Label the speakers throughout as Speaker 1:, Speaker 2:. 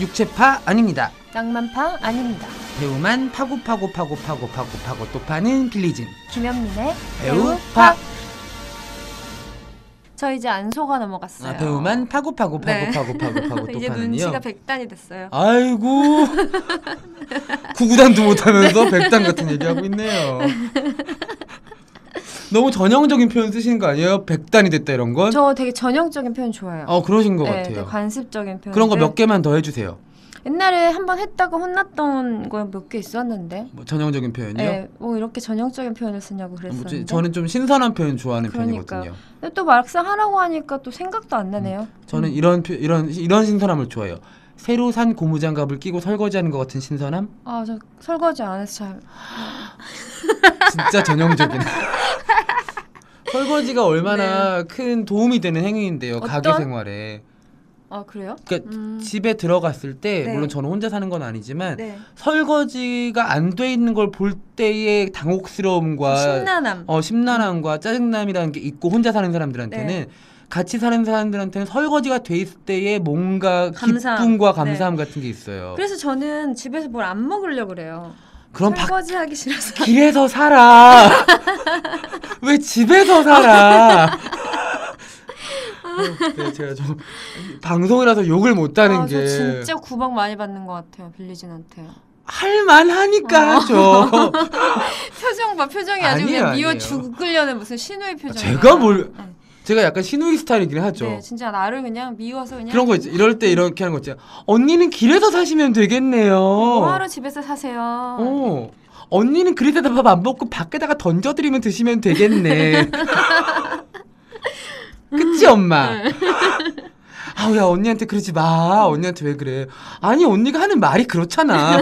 Speaker 1: 육체파 아닙니다.
Speaker 2: 낭만파 아닙니다.
Speaker 1: 배우만 파고 파고 파고 파고 파고 파고 또 파는 빌리진
Speaker 2: 김현민의
Speaker 1: 배우파
Speaker 2: 저 이제 안 속아 네, 넘어갔어요.
Speaker 1: 아, 배우만 파고 파고 파고
Speaker 2: 네.
Speaker 1: 파고 파고 파고 또
Speaker 2: 이제
Speaker 1: 파는요.
Speaker 2: 눈치가 백단이 됐어요.
Speaker 1: 아이고 구구단도 못하면서 백단 같은 얘기하고 있네요. 너무 전형적인 표현 쓰시는 거 아니에요? 백단이 됐다 이런 건?
Speaker 2: 저 되게 전형적인 표현 좋아해요.
Speaker 1: 어 그러신 것
Speaker 2: 네, 되게
Speaker 1: 같아요.
Speaker 2: 관습적인 표현.
Speaker 1: 그런 거 몇 개만 더 해주세요.
Speaker 2: 옛날에 한 번 했다고 혼났던 거 몇 개 있었는데.
Speaker 1: 뭐 전형적인 표현이요?
Speaker 2: 네, 뭐 이렇게 전형적인 표현을 쓰냐고
Speaker 1: 뭐
Speaker 2: 그랬었는데.
Speaker 1: 저- 저는 좀 신선한 표현 좋아하는
Speaker 2: 그러니까요.
Speaker 1: 편이거든요.
Speaker 2: 근데 또 막상 하라고 하니까 또 생각도 안 나네요.
Speaker 1: 저는 이런 표- 이런 이런 신선함을 좋아해요. 새로 산 고무장갑을 끼고 설거지하는 것 같은 신선함?
Speaker 2: 아, 저 설거지 안 해서 잘.
Speaker 1: 진짜 전형적인. 설거지가 얼마나 큰 도움이 되는 행위인데요, 가게
Speaker 2: 네. 어떤?
Speaker 1: 생활에.
Speaker 2: 아, 그래요?
Speaker 1: 그러니까
Speaker 2: 음.
Speaker 1: 집에 들어갔을 때
Speaker 2: 네.
Speaker 1: 물론 저는 혼자 사는 건 아니지만
Speaker 2: 네.
Speaker 1: 설거지가 안 돼 있는 걸 볼 때의 당혹스러움과
Speaker 2: 신나남.
Speaker 1: 어, 심란함과 짜증남이라는 게 있고 혼자 사는 사람들한테는
Speaker 2: 네.
Speaker 1: 같이 사는 사람들한테는 설거지가 돼 있을 때의 뭔가
Speaker 2: 감사함. 네.
Speaker 1: 기쁨과 감사함 같은 게 있어요.
Speaker 2: 그래서 저는 집에서 뭘 안 먹으려고 그래요.
Speaker 1: 그럼 밖
Speaker 2: 설거지 하기 싫어서.
Speaker 1: 길에서 살아. 왜 집에서 살아? 어, 네, 제가 좀 방송이라서 욕을 못하는
Speaker 2: 아,
Speaker 1: 게
Speaker 2: 저 진짜 구박 많이 받는 것 같아요, 빌리진한테.
Speaker 1: 할만하니까
Speaker 2: 아.
Speaker 1: 하죠.
Speaker 2: 표정 봐, 표정이 아주
Speaker 1: 아니에요,
Speaker 2: 그냥 미워
Speaker 1: 아니에요.
Speaker 2: 죽으려는 무슨 신우의 표정.
Speaker 1: 제가 뭘- 제가 약간 신우이 스타일이긴 하죠.
Speaker 2: 네, 진짜 나를 그냥 미워서 그냥.
Speaker 1: 그런 거 있지. 이럴 때 이렇게 하는 거 있지. 언니는 길에서 사시면 되겠네요.
Speaker 2: 뭐하러 집에서 사세요. 네.
Speaker 1: 어. 언니는 그릇에다 밥 안 먹고 밖에다가 던져드리면 드시면 되겠네. 그치, 엄마?
Speaker 2: 네.
Speaker 1: 아우, 야, 언니한테 그러지 마. 언니한테 왜 그래. 아니, 언니가 하는 말이 그렇잖아.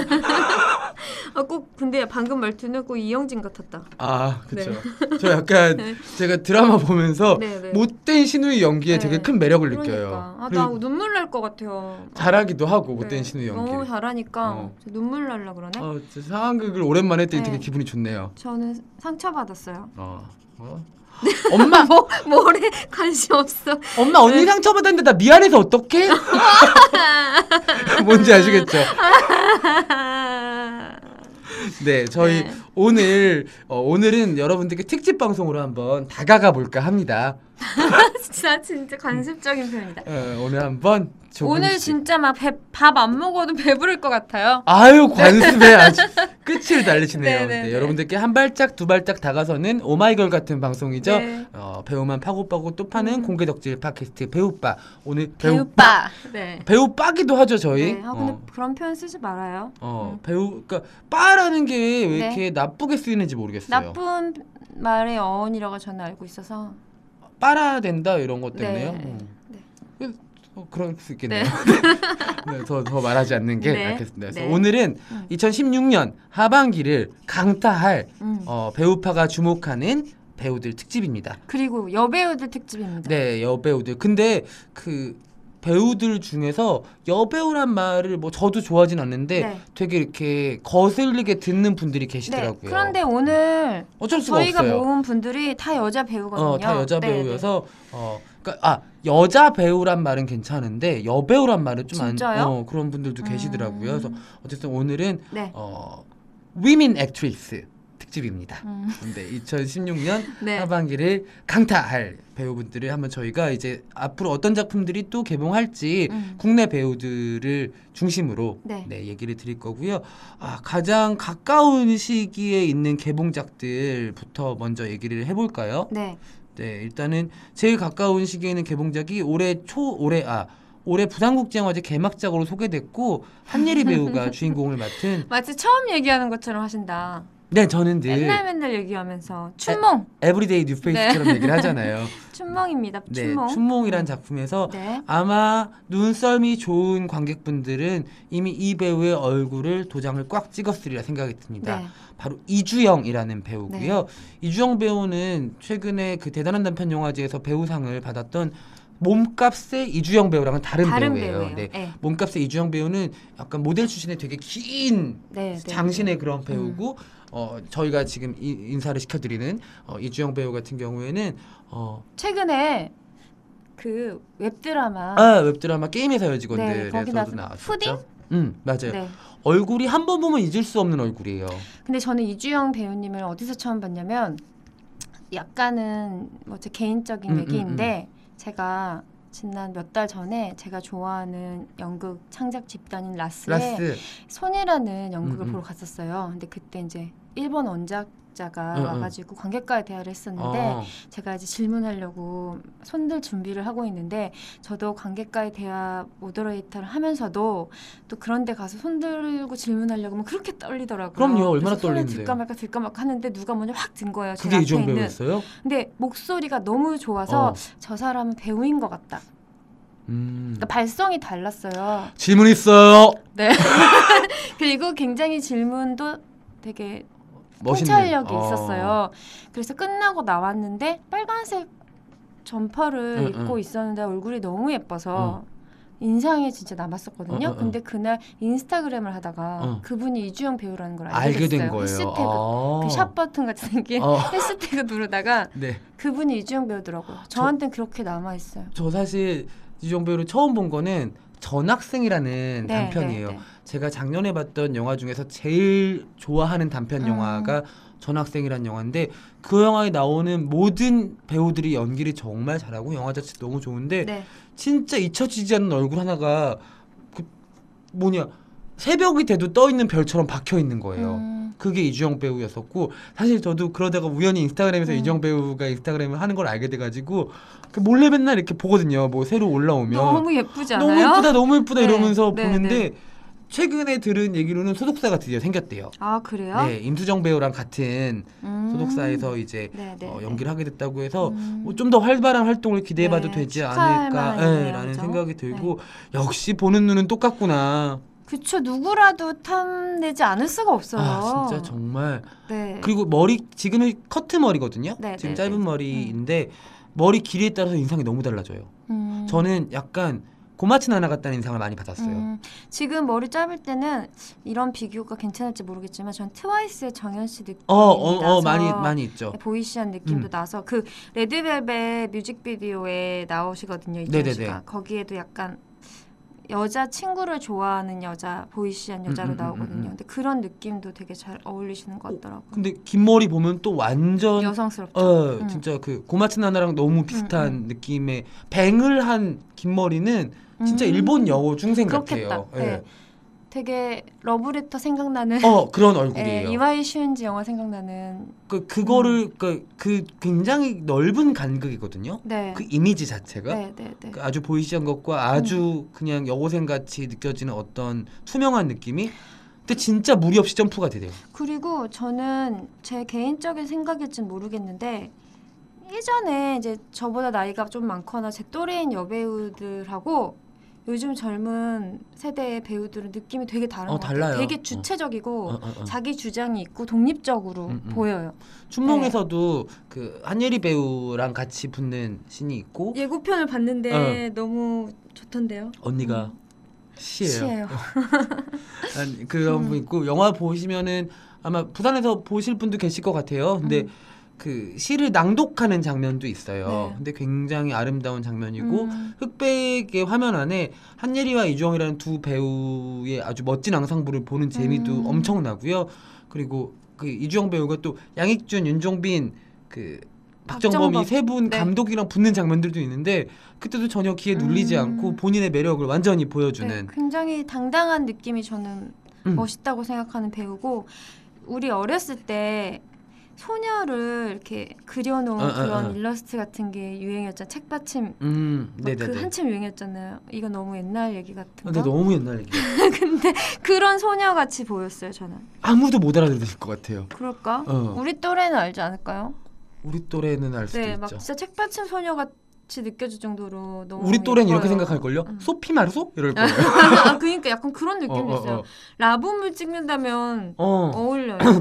Speaker 2: 아, 꼭 근데 방금 말투는 꼭 이영진 같았다.
Speaker 1: 아, 그쵸.
Speaker 2: 네.
Speaker 1: 저 약간
Speaker 2: 네.
Speaker 1: 제가 드라마 보면서
Speaker 2: 네, 네.
Speaker 1: 못된 신우의 연기에
Speaker 2: 네.
Speaker 1: 되게 큰 매력을 어, 느껴요.
Speaker 2: 그러니까. 아, 나
Speaker 1: 그리고
Speaker 2: 눈물 날 것 같아요.
Speaker 1: 잘하기도 하고,
Speaker 2: 네.
Speaker 1: 못된 신우의 연기.
Speaker 2: 너무 잘하니까
Speaker 1: 어.
Speaker 2: 저 눈물 날라 그러네.
Speaker 1: 어, 진짜 상황극을 오랜만에 했더니
Speaker 2: 네.
Speaker 1: 되게 기분이 좋네요.
Speaker 2: 저는 상처 받았어요.
Speaker 1: 어. 어? 엄마,
Speaker 2: 뭐 뭐래 관심 없어.
Speaker 1: 엄마 언니
Speaker 2: 네.
Speaker 1: 상처받았는데 나 미안해서 어떡해? 뭔지 아시겠죠? 네, 저희
Speaker 2: 네.
Speaker 1: 오늘 어, 오늘은 여러분들께 특집 방송으로 한번 다가가 볼까 합니다.
Speaker 2: 진짜 진짜 관습적인 표현이다.
Speaker 1: 어, 오늘 한번 조금씩.
Speaker 2: 오늘 진짜 막 밥 안 먹어도 배부를 것 같아요.
Speaker 1: 아유 관습에 아주 끝을
Speaker 2: 네,
Speaker 1: 달리시네요.
Speaker 2: 네,
Speaker 1: 네,
Speaker 2: 네.
Speaker 1: 여러분들께 한 발짝 두 발짝 다가서는 오마이걸 같은 방송이죠.
Speaker 2: 네.
Speaker 1: 어, 배우만 파고 파고 또 파는
Speaker 2: 음.
Speaker 1: 공개덕질 팟캐스트 배우빠 오늘 배우빠
Speaker 2: 배우빠. 네.
Speaker 1: 배우빠기도 하죠 저희.
Speaker 2: 네. 아 근데
Speaker 1: 어.
Speaker 2: 그런 표현 쓰지 말아요.
Speaker 1: 어
Speaker 2: 음.
Speaker 1: 배우 그러니까 빠라는 게 왜
Speaker 2: 네.
Speaker 1: 이렇게 나쁘게 쓰이는지 모르겠어요.
Speaker 2: 나쁜 말의 어원이라고 저는 알고 있어서.
Speaker 1: 빨아야 된다 이런 것 때문에요.
Speaker 2: 네.
Speaker 1: 음.
Speaker 2: 네.
Speaker 1: 어, 그럴 수 있겠네요. 네, 더, 더 말하지 않는 게
Speaker 2: 네.
Speaker 1: 낫겠습니다. 그래서
Speaker 2: 네.
Speaker 1: 오늘은
Speaker 2: 음.
Speaker 1: 2016년 하반기를 강타할
Speaker 2: 음.
Speaker 1: 어, 배우파가 주목하는 배우들 특집입니다.
Speaker 2: 그리고 여배우들 특집입니다.
Speaker 1: 네, 여배우들. 근데 그 배우들 중에서 여배우란 말을 뭐 저도 좋아하진 않는데
Speaker 2: 네.
Speaker 1: 되게 이렇게 거슬리게 듣는 분들이 계시더라고요.
Speaker 2: 네, 그런데 오늘
Speaker 1: 어쩔 수가
Speaker 2: 저희가 뭐
Speaker 1: 없어요.
Speaker 2: 모은 분들이 다 여자 배우거든요.
Speaker 1: 어, 다 여자
Speaker 2: 네,
Speaker 1: 배우여서 어, 그러니까 아 여자 배우란 말은 괜찮은데 여배우란 말은 좀 안
Speaker 2: 진짜요?
Speaker 1: 어, 그런 분들도
Speaker 2: 음.
Speaker 1: 계시더라고요. 그래서 어쨌든 오늘은
Speaker 2: 네. 네.
Speaker 1: 어, women actress 특집입니다.
Speaker 2: 음,
Speaker 1: 근데 2016년
Speaker 2: 네.
Speaker 1: 하반기를 강타할 배우분들을 한번 저희가 이제 앞으로 어떤 작품들이 또 개봉할지
Speaker 2: 음.
Speaker 1: 국내 배우들을 중심으로
Speaker 2: 네.
Speaker 1: 네. 얘기를 드릴 거고요. 아, 가장 가까운 시기에 있는 개봉작들부터 먼저 얘기를 해볼까요?
Speaker 2: 네.
Speaker 1: 네, 일단은 제일 가까운 시기에 있는 개봉작이 올해 초 올해 아 올해 부산국제영화제 개막작으로 소개됐고 한예리 배우가 주인공을 맡은
Speaker 2: 마치 처음 얘기하는 것처럼 하신다.
Speaker 1: 네 저는 늘
Speaker 2: 맨날 맨날 얘기하면서 춘몽,
Speaker 1: 에브리데이 뉴페이스처럼 얘기를 하잖아요.
Speaker 2: 춘몽입니다.
Speaker 1: 네,
Speaker 2: 춘몽.
Speaker 1: 춘몽이란 작품에서
Speaker 2: 네.
Speaker 1: 아마 눈썰미 좋은 관객분들은 이미 이 배우의 얼굴을 도장을 꽉 찍었으리라 생각이 듭니다.
Speaker 2: 네.
Speaker 1: 바로 이주영이라는 배우고요. 이주영 배우는 최근에 그 대단한 단편 영화제에서 배우상을 받았던 몸값의 이주영 배우랑은 다른,
Speaker 2: 다른
Speaker 1: 배우예요.
Speaker 2: 배우예요.
Speaker 1: 네.
Speaker 2: 네.
Speaker 1: 몸값의 이주영 배우는 약간 모델 출신의 되게 긴
Speaker 2: 네, 네,
Speaker 1: 장신의 그런 배우고 어, 저희가 지금 이, 인사를 시켜드리는 어, 이주영 배우 같은 경우에는 어,
Speaker 2: 최근에 그 웹드라마
Speaker 1: 아 웹드라마 게임회사
Speaker 2: 네, 거기
Speaker 1: 여직원들에서도
Speaker 2: 나왔-
Speaker 1: 나왔었죠.
Speaker 2: 푸딩?
Speaker 1: 음 맞아요.
Speaker 2: 네.
Speaker 1: 얼굴이 한 번 보면 잊을 수 없는 얼굴이에요.
Speaker 2: 근데 저는 이주영 배우님을 어디서 처음 봤냐면 약간은 뭐 제 개인적인
Speaker 1: 음,
Speaker 2: 얘기인데 제가 지난 몇 달 전에 제가 좋아하는 연극 창작 집단인 라스에
Speaker 1: 라스
Speaker 2: 손이라는 연극을
Speaker 1: 음, 음.
Speaker 2: 보러 갔었어요. 근데 그때 이제 일본 원작자가
Speaker 1: 응, 응.
Speaker 2: 와가지고 관객과의 대화를 했었는데
Speaker 1: 어,
Speaker 2: 제가 이제 질문하려고 손들 준비를 하고 있는데 저도 관객과의 대화 모더레이터를 하면서도 또 그런데 가서 손들고 질문하려고 하면 그렇게 떨리더라고요.
Speaker 1: 그럼요, 얼마나
Speaker 2: 그래서 손을
Speaker 1: 떨리는데요.
Speaker 2: 들까 말까 들까 말까 하는데 누가 먼저 확 든 거예요. 제
Speaker 1: 그게
Speaker 2: 앞에
Speaker 1: 이주영
Speaker 2: 있는.
Speaker 1: 배우였어요.
Speaker 2: 근데 목소리가 너무 좋아서
Speaker 1: 어,
Speaker 2: 저 사람은 배우인 것 같다. 그러니까
Speaker 1: 음.
Speaker 2: 발성이 달랐어요.
Speaker 1: 질문 있어요.
Speaker 2: 그리고 굉장히 질문도 되게
Speaker 1: 멋있는.
Speaker 2: 통찰력이
Speaker 1: 어.
Speaker 2: 있었어요. 그래서 끝나고 나왔는데 빨간색 점퍼를
Speaker 1: 응,
Speaker 2: 입고
Speaker 1: 응.
Speaker 2: 있었는데 얼굴이 너무 예뻐서 인상에 진짜 남았었거든요.
Speaker 1: 응, 응, 응.
Speaker 2: 근데 그날 인스타그램을 하다가
Speaker 1: 응.
Speaker 2: 그분이 이주영 배우라는 걸 알게,
Speaker 1: 어. 알게 된
Speaker 2: 됐어요.
Speaker 1: 거예요.
Speaker 2: 해시태그
Speaker 1: 아.
Speaker 2: 그 샵 버튼 같은 생긴
Speaker 1: 어.
Speaker 2: 해시태그 누르다가
Speaker 1: 네,
Speaker 2: 그분이 이주영 배우더라고요. 저한텐 그렇게 남아 있어요.
Speaker 1: 저 사실 이주영 배우를 처음 본 거는
Speaker 2: 네,
Speaker 1: 전학생이라는 단편이에요. 제가 작년에 봤던 영화 중에서 제일 좋아하는 단편
Speaker 2: 음.
Speaker 1: 영화가 전학생이란 영화인데 그 영화에 나오는 모든 배우들이 연기를 정말 잘하고 영화 자체 너무 좋은데
Speaker 2: 네.
Speaker 1: 진짜 잊혀지지 않는 얼굴 하나가 그 뭐냐 새벽이 돼도 떠 있는 별처럼 박혀 있는 거예요.
Speaker 2: 음,
Speaker 1: 그게 이주영 배우였었고 사실 저도 그러다가 우연히 인스타그램에서
Speaker 2: 음.
Speaker 1: 이주영 배우가 인스타그램을 하는 걸 알게 돼가지고 그 몰래 맨날 이렇게 보거든요. 뭐 새로 올라오면
Speaker 2: 너무 예쁘지 않아요?
Speaker 1: 너무 예쁘다 너무 예쁘다
Speaker 2: 네,
Speaker 1: 이러면서
Speaker 2: 네,
Speaker 1: 보는데 최근에 들은 얘기로는 소속사가 드디어 생겼대요.
Speaker 2: 아 그래요?
Speaker 1: 네, 임수정 배우랑 같은
Speaker 2: 음.
Speaker 1: 소속사에서 이제
Speaker 2: 네, 네,
Speaker 1: 어,
Speaker 2: 네.
Speaker 1: 연기를 하게 됐다고 해서 뭐
Speaker 2: 음.
Speaker 1: 좀 더 활발한 활동을 기대해봐도
Speaker 2: 네,
Speaker 1: 되지
Speaker 2: 축하할 만하네요,
Speaker 1: 않을까라는
Speaker 2: 그죠? 네.
Speaker 1: 생각이 들고 역시 보는 눈은 똑같구나.
Speaker 2: 그쵸 누구라도 탐내지 않을 수가 없어요.
Speaker 1: 아
Speaker 2: 그렇죠.
Speaker 1: 진짜 정말
Speaker 2: 네.
Speaker 1: 그리고 머리 지금은 커트 머리거든요.
Speaker 2: 네,
Speaker 1: 지금
Speaker 2: 네,
Speaker 1: 짧은
Speaker 2: 네.
Speaker 1: 머리인데 머리 길이에 따라서 인상이 너무 달라져요.
Speaker 2: 음.
Speaker 1: 저는 약간 고마친 하나 같다는 인상을 많이 받았어요.
Speaker 2: 음, 지금 머리 짧을 때는 이런 비교가 괜찮을지 모르겠지만 전 트와이스의 정현 씨 느낌이
Speaker 1: 어, 어, 어,
Speaker 2: 나서 네,
Speaker 1: 많이 많이 있죠.
Speaker 2: 보이시한 느낌도
Speaker 1: 음.
Speaker 2: 나서 그 레드벨벳 뮤직비디오에 나오시거든요
Speaker 1: 네네네.
Speaker 2: 이현 씨가 거기에도 약간 여자 친구를 좋아하는 여자 보이시한 여자로
Speaker 1: 음, 음, 음,
Speaker 2: 나오거든요.
Speaker 1: 음, 음.
Speaker 2: 근데 그런 느낌도 되게 잘 어울리시는 것 같더라고요.
Speaker 1: 근데 긴 머리 보면 또 완전
Speaker 2: 여성스럽죠.
Speaker 1: 어
Speaker 2: 음.
Speaker 1: 진짜 그 고마친 하나랑 너무 비슷한 느낌의 뱅을 한 긴 머리는 어, 진짜
Speaker 2: 음.
Speaker 1: 일본 여우 중생
Speaker 2: 그렇겠다.
Speaker 1: 같아요. 예.
Speaker 2: 네. 되게 러브레터 생각나는
Speaker 1: 어 그런
Speaker 2: 예,
Speaker 1: 얼굴이에요.
Speaker 2: 이와이 슈엔지 영화 생각나는
Speaker 1: 그
Speaker 2: 음.
Speaker 1: 그거를 그, 그 굉장히 넓은 간극이거든요.
Speaker 2: 네.
Speaker 1: 그 이미지 자체가
Speaker 2: 네, 네, 네.
Speaker 1: 그 아주 보이시한 것과
Speaker 2: 음.
Speaker 1: 아주 그냥 여고생 같이 느껴지는 어떤 투명한 느낌이 근데 진짜 무리 없이 점프가 되대요.
Speaker 2: 그리고 저는 제 개인적인 생각일진 모르겠는데 예전에 이제 저보다 나이가 좀 많거나 제 또래인 여배우들하고 요즘 젊은 세대의 배우들은 느낌이 되게 다른
Speaker 1: 어,
Speaker 2: 것 같아요.
Speaker 1: 달라요.
Speaker 2: 되게
Speaker 1: 어.
Speaker 2: 주체적이고
Speaker 1: 어, 어, 어.
Speaker 2: 자기 주장이 있고 독립적으로
Speaker 1: 음, 음.
Speaker 2: 보여요.
Speaker 1: 춘몽에서도 그 한예리 배우랑 같이 붙는 신이 있고
Speaker 2: 예고편을 봤는데
Speaker 1: 어.
Speaker 2: 너무 좋던데요.
Speaker 1: 언니가
Speaker 2: 음.
Speaker 1: 시예요.
Speaker 2: 시예요. 음.
Speaker 1: 아니, 그런 분 있고 영화 보시면은 아마 부산에서 보실 분도 계실 것 같아요. 근데
Speaker 2: 음.
Speaker 1: 그 시를 낭독하는 장면도 있어요.
Speaker 2: 네.
Speaker 1: 근데 굉장히 아름다운 장면이고
Speaker 2: 음.
Speaker 1: 흑백의 화면 안에 한예리와 이주영이라는 두 배우의 아주 멋진 앙상블을 보는 재미도
Speaker 2: 음.
Speaker 1: 엄청나고요. 그리고 그 이주영 배우가 또 양익준, 윤종빈, 그
Speaker 2: 박정범.
Speaker 1: 박정범이 세 분
Speaker 2: 네.
Speaker 1: 감독이랑 붙는 장면들도 있는데 그때도 전혀 기에 눌리지
Speaker 2: 음.
Speaker 1: 않고 본인의 매력을 완전히
Speaker 2: 네,
Speaker 1: 보여주는
Speaker 2: 굉장히 당당한 느낌이 저는
Speaker 1: 음.
Speaker 2: 멋있다고 생각하는 배우고 우리 어렸을 때 소녀를 이렇게 그려놓은
Speaker 1: 어, 어,
Speaker 2: 그런
Speaker 1: 어.
Speaker 2: 일러스트 같은 게 유행이었잖아 책받침 막
Speaker 1: 음, 네네네.
Speaker 2: 그 한참 유행했잖아요 이거 너무 옛날 얘기
Speaker 1: 근데
Speaker 2: 같은데
Speaker 1: 너무 옛날 얘기.
Speaker 2: 근데 그런 소녀같이 보였어요 저는
Speaker 1: 아무도 못 알아들으실 것 같아요.
Speaker 2: 그럴까
Speaker 1: 어.
Speaker 2: 우리 또래는 알지 않을까요
Speaker 1: 우리 또래는 알 수도
Speaker 2: 네막
Speaker 1: 있죠.
Speaker 2: 진짜 책받침 소녀같이 느껴질 정도로 너무
Speaker 1: 우리 또래는 이렇게
Speaker 2: 예뻐요.
Speaker 1: 생각할 걸요.
Speaker 2: 음.
Speaker 1: 소피 마르소 이럴 거예요.
Speaker 2: 아, 그러니까 약간 그런
Speaker 1: 어,
Speaker 2: 느낌이 있어요
Speaker 1: 어,
Speaker 2: 라붐을 찍는다면
Speaker 1: 어. 어.
Speaker 2: 어울려요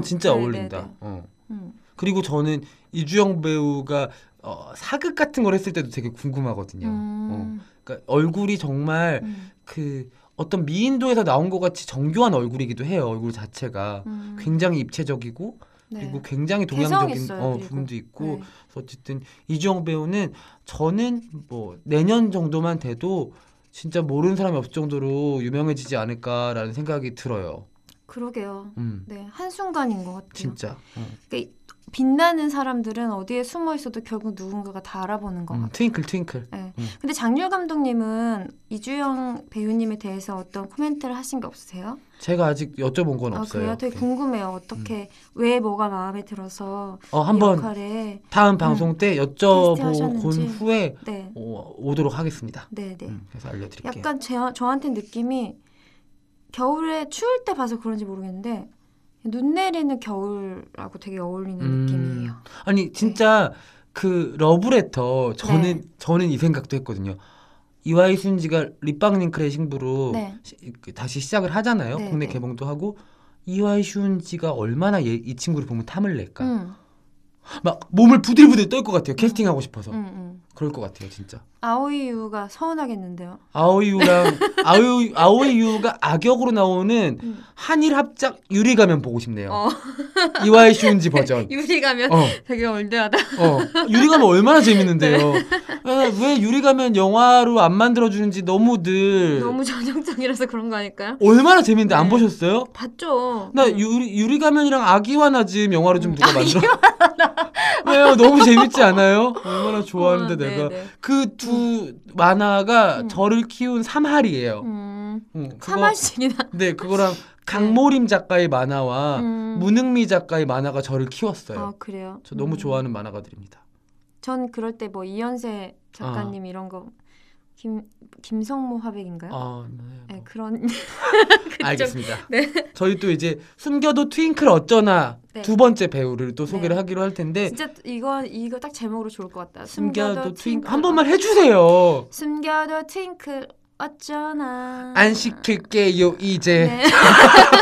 Speaker 1: 진짜
Speaker 2: 네,
Speaker 1: 어울린다.
Speaker 2: 네, 네.
Speaker 1: 어.
Speaker 2: 음.
Speaker 1: 그리고 저는 이주영 배우가 어, 사극 같은 걸 했을 때도 되게 궁금하거든요.
Speaker 2: 음.
Speaker 1: 어. 그러니까 얼굴이 정말
Speaker 2: 음.
Speaker 1: 그 어떤 미인도에서 나온 것 같이 정교한 얼굴이기도 해요. 얼굴 자체가
Speaker 2: 음.
Speaker 1: 굉장히 입체적이고
Speaker 2: 네.
Speaker 1: 그리고 굉장히 동양적인
Speaker 2: 개성있어요,
Speaker 1: 어,
Speaker 2: 그리고.
Speaker 1: 부분도 있고
Speaker 2: 네.
Speaker 1: 그래서 어쨌든 이주영 배우는 저는 뭐 내년 정도만 돼도 진짜 모르는 사람이 없을 정도로 유명해지지 않을까라는 생각이 들어요.
Speaker 2: 그러게요.
Speaker 1: 음,
Speaker 2: 네, 한순간인 것 같아요.
Speaker 1: 진짜. 어.
Speaker 2: 빛나는 사람들은 어디에 숨어 있어도 결국 누군가가 다 알아보는 것
Speaker 1: 음,
Speaker 2: 같아요.
Speaker 1: 트윙클 트윙클.
Speaker 2: 근데 장률 감독님은 이주영 배우님에 대해서 어떤 코멘트를 하신 게 없으세요?
Speaker 1: 제가 아직 여쭤본 건
Speaker 2: 아,
Speaker 1: 없어요.
Speaker 2: 그래요? 되게
Speaker 1: 네.
Speaker 2: 궁금해요. 어떻게 왜 뭐가 마음에 들어서
Speaker 1: 어,
Speaker 2: 이
Speaker 1: 한번
Speaker 2: 역할에
Speaker 1: 다음 방송 때 여쭤본
Speaker 2: 테스트하셨는지.
Speaker 1: 후에
Speaker 2: 네,
Speaker 1: 오, 오도록 하겠습니다.
Speaker 2: 네, 네.
Speaker 1: 음, 그래서 알려드릴게요.
Speaker 2: 약간 제, 저한테 느낌이 겨울에 추울 때 봐서 그런지 모르겠는데 눈 내리는 겨울하고 되게 어울리는
Speaker 1: 음.
Speaker 2: 느낌이에요.
Speaker 1: 아니 진짜 그 러브레터 저는
Speaker 2: 네.
Speaker 1: 저는 이 생각도 했거든요. 이와이 순지가 립방님 크레싱부로
Speaker 2: 네.
Speaker 1: 시- 그 다시 시작을 하잖아요.
Speaker 2: 네,
Speaker 1: 국내
Speaker 2: 네.
Speaker 1: 개봉도 하고 이와이 순지가 얼마나 얘- 이 친구를 보면 탐을 낼까.
Speaker 2: 음,
Speaker 1: 막 몸을 부들부들 떨 것 같아요. 캐스팅하고 싶어서
Speaker 2: 음, 음.
Speaker 1: 그럴 것 같아요, 진짜.
Speaker 2: 아오이유가 서운하겠는데요.
Speaker 1: 아오이유랑 아오이 아오이유가 악역으로 나오는
Speaker 2: 음.
Speaker 1: 한일 합작 유리가면 보고 싶네요.
Speaker 3: 어.
Speaker 1: 이와이 슌지 버전.
Speaker 3: 유리 가면
Speaker 1: 어.
Speaker 3: 되게 올드하다.
Speaker 1: 어, 유리가면 얼마나 재밌는데요.
Speaker 3: 네.
Speaker 1: 아, 왜 유리가면 영화로 안 만들어주는지 너무들
Speaker 3: 너무 전형적이라서 그런 거 아닐까요?
Speaker 1: 얼마나 재밌는데
Speaker 3: 네.
Speaker 1: 안
Speaker 3: 음.
Speaker 1: 보셨어요?
Speaker 3: 봤죠.
Speaker 1: 나 유리, 유리가면이랑 아기와 나즘 영화로 좀 누가 만들어. 왜요? 너무 재밌지 않아요? 얼마나 좋아하는데
Speaker 3: 어, 네,
Speaker 1: 내가.
Speaker 3: 네.
Speaker 1: 그 두 만화가
Speaker 2: 음.
Speaker 1: 저를 키운 삼할이에요.
Speaker 2: 음,
Speaker 1: 음, 그거-
Speaker 3: 사마실이나
Speaker 1: 네, 그거랑 강모림 작가의 만화와
Speaker 2: 음.
Speaker 1: 아, 문흥미 작가의 만화가 저를 키웠어요.
Speaker 2: 아 그래요.
Speaker 1: 저 너무
Speaker 2: 음.
Speaker 1: 좋아하는 만화가들입니다.
Speaker 2: 전 그럴 때 뭐 이연세 작가님 이런 거. 김 김성모 화백인가요?
Speaker 1: 아, 네.
Speaker 2: 네,
Speaker 1: 뭐.
Speaker 2: 그런
Speaker 1: 알겠습니다.
Speaker 3: 네.
Speaker 1: 저희 또 이제 숨겨도 트윙클 어쩌나
Speaker 2: 네.
Speaker 1: 두 번째 배우를 또
Speaker 2: 네.
Speaker 1: 소개를 하기로 할 텐데
Speaker 2: 진짜 이거 이거 딱 제목으로 좋을 것 같다.
Speaker 1: 숨겨도 트윙클 한
Speaker 2: 어-
Speaker 1: 번만 해주세요.
Speaker 2: 숨겨도 트윙클 어쩌나
Speaker 1: 안 시킬게요 이제.
Speaker 2: 아. 네.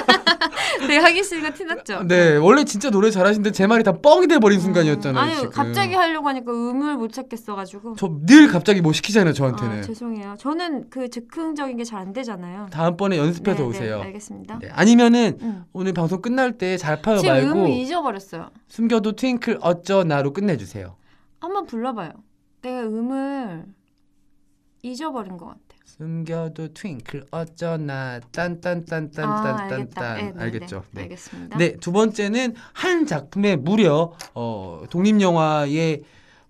Speaker 2: 되게 하기 싫으니까 티났죠.
Speaker 1: 네. 원래 진짜 노래 잘하시는데 제 말이 다 뻥이 돼버린 순간이었잖아요.
Speaker 2: 음. 아니
Speaker 1: 지금.
Speaker 2: 갑자기 하려고 하니까 음을 못 찾겠어가지고.
Speaker 1: 저 늘 갑자기 뭐 시키잖아요 저한테는.
Speaker 2: 아, 죄송해요. 저는 그 즉흥적인 게 잘 안 되잖아요.
Speaker 1: 다음번에 연습해서
Speaker 2: 네,
Speaker 1: 오세요.
Speaker 2: 네, 알겠습니다.
Speaker 1: 네, 아니면은
Speaker 2: 음.
Speaker 1: 오늘 방송 끝날 때 잘 파요
Speaker 2: 지금
Speaker 1: 말고
Speaker 2: 음을 잊어버렸어요.
Speaker 1: 숨겨도 트윙클 어쩌나로 끝내주세요.
Speaker 2: 한번 불러봐요. 내가 음을 잊어버린 것 같아요.
Speaker 1: 숨겨도 트윙클 어쩌나
Speaker 2: 아
Speaker 1: 딴딴딴딴딴딴
Speaker 2: 알겠다. 네, 네, 네.
Speaker 1: 알겠죠? 네.
Speaker 2: 알겠습니다.
Speaker 1: 네, 두 번째는 한 작품에 무려 어, 독립 영화의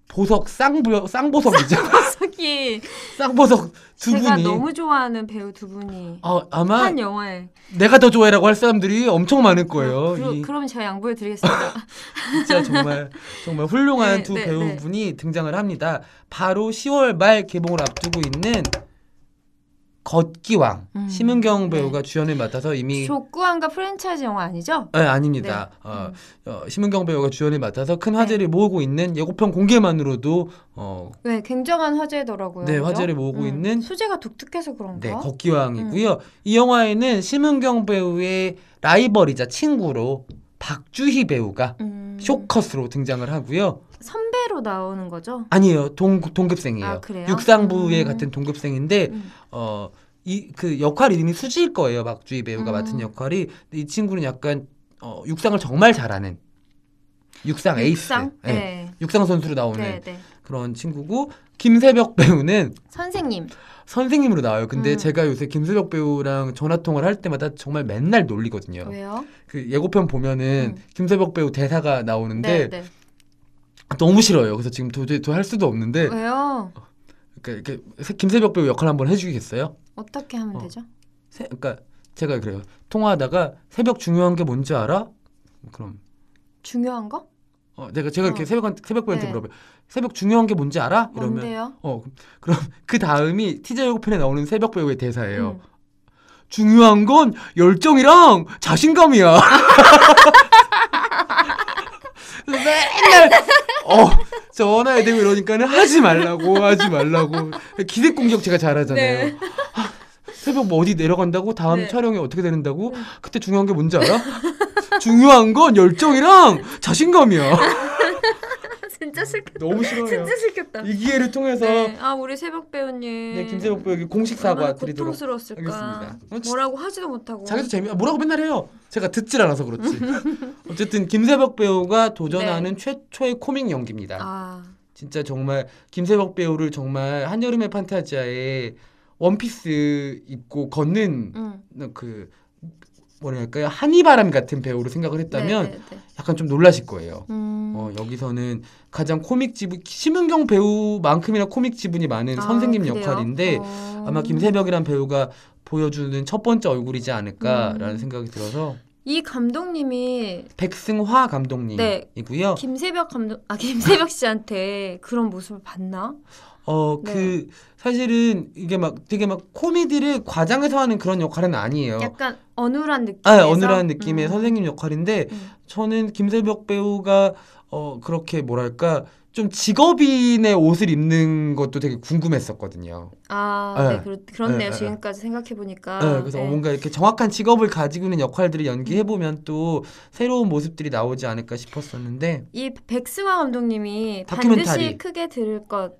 Speaker 1: 보석 쌍보 쌍보석이죠.
Speaker 2: 저기
Speaker 1: 쌍보석 두
Speaker 2: 제가
Speaker 1: 분이
Speaker 2: 너무 좋아하는 배우 두 분이
Speaker 1: 어, 아마
Speaker 2: 한 영화에
Speaker 1: 내가 더 좋아해라고 할 사람들이 엄청 많을 거예요.
Speaker 2: 아, 그러,
Speaker 1: 이
Speaker 2: 그럼 제가 양보해드리겠습니다.
Speaker 1: 진짜 정말 정말 훌륭한
Speaker 2: 네,
Speaker 1: 두
Speaker 2: 네,
Speaker 1: 배우분이 등장을 합니다. 바로 10월 말 개봉을 앞두고 있는 걷기왕
Speaker 2: 음,
Speaker 1: 심은경
Speaker 2: 네.
Speaker 1: 배우가 주연을 맡아서 이미
Speaker 2: 족구왕과 프랜차이즈 영화 아니죠?
Speaker 1: 아, 아닙니다.
Speaker 2: 네.
Speaker 1: 어,
Speaker 2: 음.
Speaker 1: 어, 심은경 배우가 주연을 맡아서 큰 화제를 모으고 있는 예고편 공개만으로도 어,
Speaker 2: 네, 굉장한 화제더라고요.
Speaker 1: 네,
Speaker 2: 그죠?
Speaker 1: 화제를 모으고
Speaker 2: 음,
Speaker 1: 있는
Speaker 2: 소재가 독특해서 그런가? 음.
Speaker 1: 네, 걷기왕이고요. 이 영화에는 심은경 배우의 라이벌이자 친구로 박주희 배우가
Speaker 2: 음,
Speaker 1: 쇼컷으로 등장을 하고요.
Speaker 2: 선배로 나오는 거죠?
Speaker 1: 아니에요. 동, 동급생이에요.
Speaker 2: 아, 그래요?
Speaker 1: 육상부의
Speaker 2: 음.
Speaker 1: 같은 동급생인데
Speaker 2: 음.
Speaker 1: 어, 이 그 역할 이름이 수지일 거예요. 박주희 배우가
Speaker 2: 음.
Speaker 1: 맡은 역할이. 근데 이 친구는 약간 어, 육상을 정말 잘하는 육상 에이스.
Speaker 2: 육상?
Speaker 1: 예.
Speaker 2: 네.
Speaker 1: 육상 선수로 나오는
Speaker 2: 네, 네.
Speaker 1: 그런 친구고 김세벽 배우는
Speaker 2: 선생님.
Speaker 1: 선생님으로 나와요. 근데
Speaker 2: 음.
Speaker 1: 제가 요새 김세벽 배우랑 전화 통화를 할 때마다 정말 맨날 놀리거든요.
Speaker 2: 왜요?
Speaker 1: 그 예고편 보면은
Speaker 2: 네. 음.
Speaker 1: 김세벽 배우 대사가 나오는데
Speaker 2: 네, 네.
Speaker 1: 너무 싫어요. 그래서 지금 도저히 더할 수도 없는데
Speaker 2: 왜요?
Speaker 1: 그러니까 이렇게 세- 김세벽 배우 역할 한번 해주겠어요?
Speaker 2: 어떻게 하면
Speaker 1: 어.
Speaker 2: 되죠?
Speaker 1: 세, 그러니까 제가 그래요. 통화하다가 새벽 중요한 게 뭔지 알아? 그럼
Speaker 2: 중요한 거?
Speaker 1: 어, 내가 제가 이렇게
Speaker 2: 어.
Speaker 1: 새벽 새벽 배우한테
Speaker 2: 네.
Speaker 1: 물어봐요. 새벽 중요한 게 뭔지 알아? 이러면
Speaker 2: 뭔데요?
Speaker 1: 어 그럼- 그럼 그 다음이 티저 예고편에 나오는 새벽 배우의 대사예요.
Speaker 2: 음.
Speaker 1: 중요한 건 열정이랑 자신감이야. 맨날 어 전화해 대고 이러니까는 하지 말라고 하지 말라고 기색 공격 제가 잘하잖아요.
Speaker 3: 네.
Speaker 1: 아, 새벽 뭐 어디 내려간다고 다음
Speaker 3: 네. 음.
Speaker 1: 촬영이 어떻게 되는다고 그때 중요한 게 뭔지 알아? 중요한 건 열정이랑 자신감이야.
Speaker 3: 진짜 진짜
Speaker 1: 음.
Speaker 3: 싫겠다.
Speaker 1: 너무 싫어요.
Speaker 3: 진짜 싫겠다.
Speaker 1: 이 기회를 통해서
Speaker 3: 네. 아 우리 새벽 배우님.
Speaker 1: 네, 김세복 배우 여기 공식
Speaker 3: 얼마나
Speaker 1: 사과 드리도록
Speaker 3: 고통스러웠을까.
Speaker 1: 하겠습니다. 어, 진-
Speaker 3: 뭐라고 하지도 못하고.
Speaker 1: 자기도 재미 아, 뭐라고 맨날 해요. 제가 듣질 않아서 그렇지. 어쨌든 김세벽 배우가 도전하는 최초의 코믹 연기입니다.
Speaker 3: 네. 아
Speaker 1: 진짜 정말 김세벽 배우를 정말 한여름의 판타지아에 원피스 입고 걷는
Speaker 2: 음.
Speaker 1: 그 뭐랄까요 한이바람 같은 배우로 생각을 했다면
Speaker 3: 네, 네, 네.
Speaker 1: 약간 좀 놀라실 거예요.
Speaker 2: 음.
Speaker 1: 어, 여기서는 가장 코믹 지분 심은경 배우만큼이나 코믹 지분이 많은
Speaker 3: 아,
Speaker 1: 선생님
Speaker 3: 그래요?
Speaker 1: 역할인데
Speaker 2: 어.
Speaker 1: 아마 김세벽이란 배우가 보여주는 첫 번째 얼굴이지 않을까라는
Speaker 2: 음.
Speaker 1: 생각이 들어서
Speaker 3: 이 감독님이
Speaker 1: 백승화 감독님이고요.
Speaker 2: 김세벽 감독 아 김세벽 씨한테 그런 모습을 봤나?
Speaker 1: 어,
Speaker 2: 네.
Speaker 1: 그 사실은 이게 막 되게 막 코미디를 과장해서 하는 그런 역할은 아니에요.
Speaker 2: 약간 음. 어눌한 느낌.
Speaker 1: 어. 아, 어눌한 느낌의 선생님 역할인데
Speaker 2: 음.
Speaker 1: 저는 김세벽 배우가 어, 그렇게 뭐랄까 좀 직업인의 옷을 입는 것도 되게 궁금했었거든요.
Speaker 2: 아, 네,
Speaker 1: 네.
Speaker 2: 그렇, 그렇네요.
Speaker 1: 네, 네,
Speaker 2: 지금까지 생각해 보니까.
Speaker 1: 네, 그래서 뭔가 이렇게 정확한 직업을 가지고 있는 역할들을 연기해 보면 또 새로운 모습들이 나오지 않을까 싶었었는데
Speaker 2: 이 백승화 감독님이
Speaker 1: 다큐멘터리.
Speaker 2: 반드시 크게 들을 것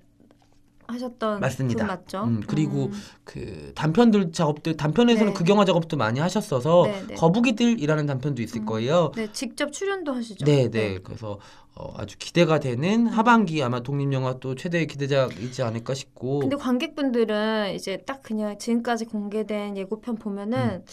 Speaker 2: 하셨던
Speaker 1: 맞습니다.
Speaker 2: 분 맞죠?
Speaker 1: 음, 그리고 그 단편들 작업들 단편에서는
Speaker 2: 네.
Speaker 1: 극영화 작업도 많이 하셨어서
Speaker 2: 네, 네.
Speaker 1: 거북이들이라는 단편도 있을
Speaker 2: 음. 그렇죠.
Speaker 1: 거예요.
Speaker 2: 네, 직접 출연도 하시죠. 음.
Speaker 1: 네, 네. 그래서 어, 아주 기대가 되는 하반기 아마 독립 영화 또 최대의 기대작이지 않을까 싶고.
Speaker 2: 근데 관객분들은 이제 딱 그냥 지금까지 공개된 예고편 보면은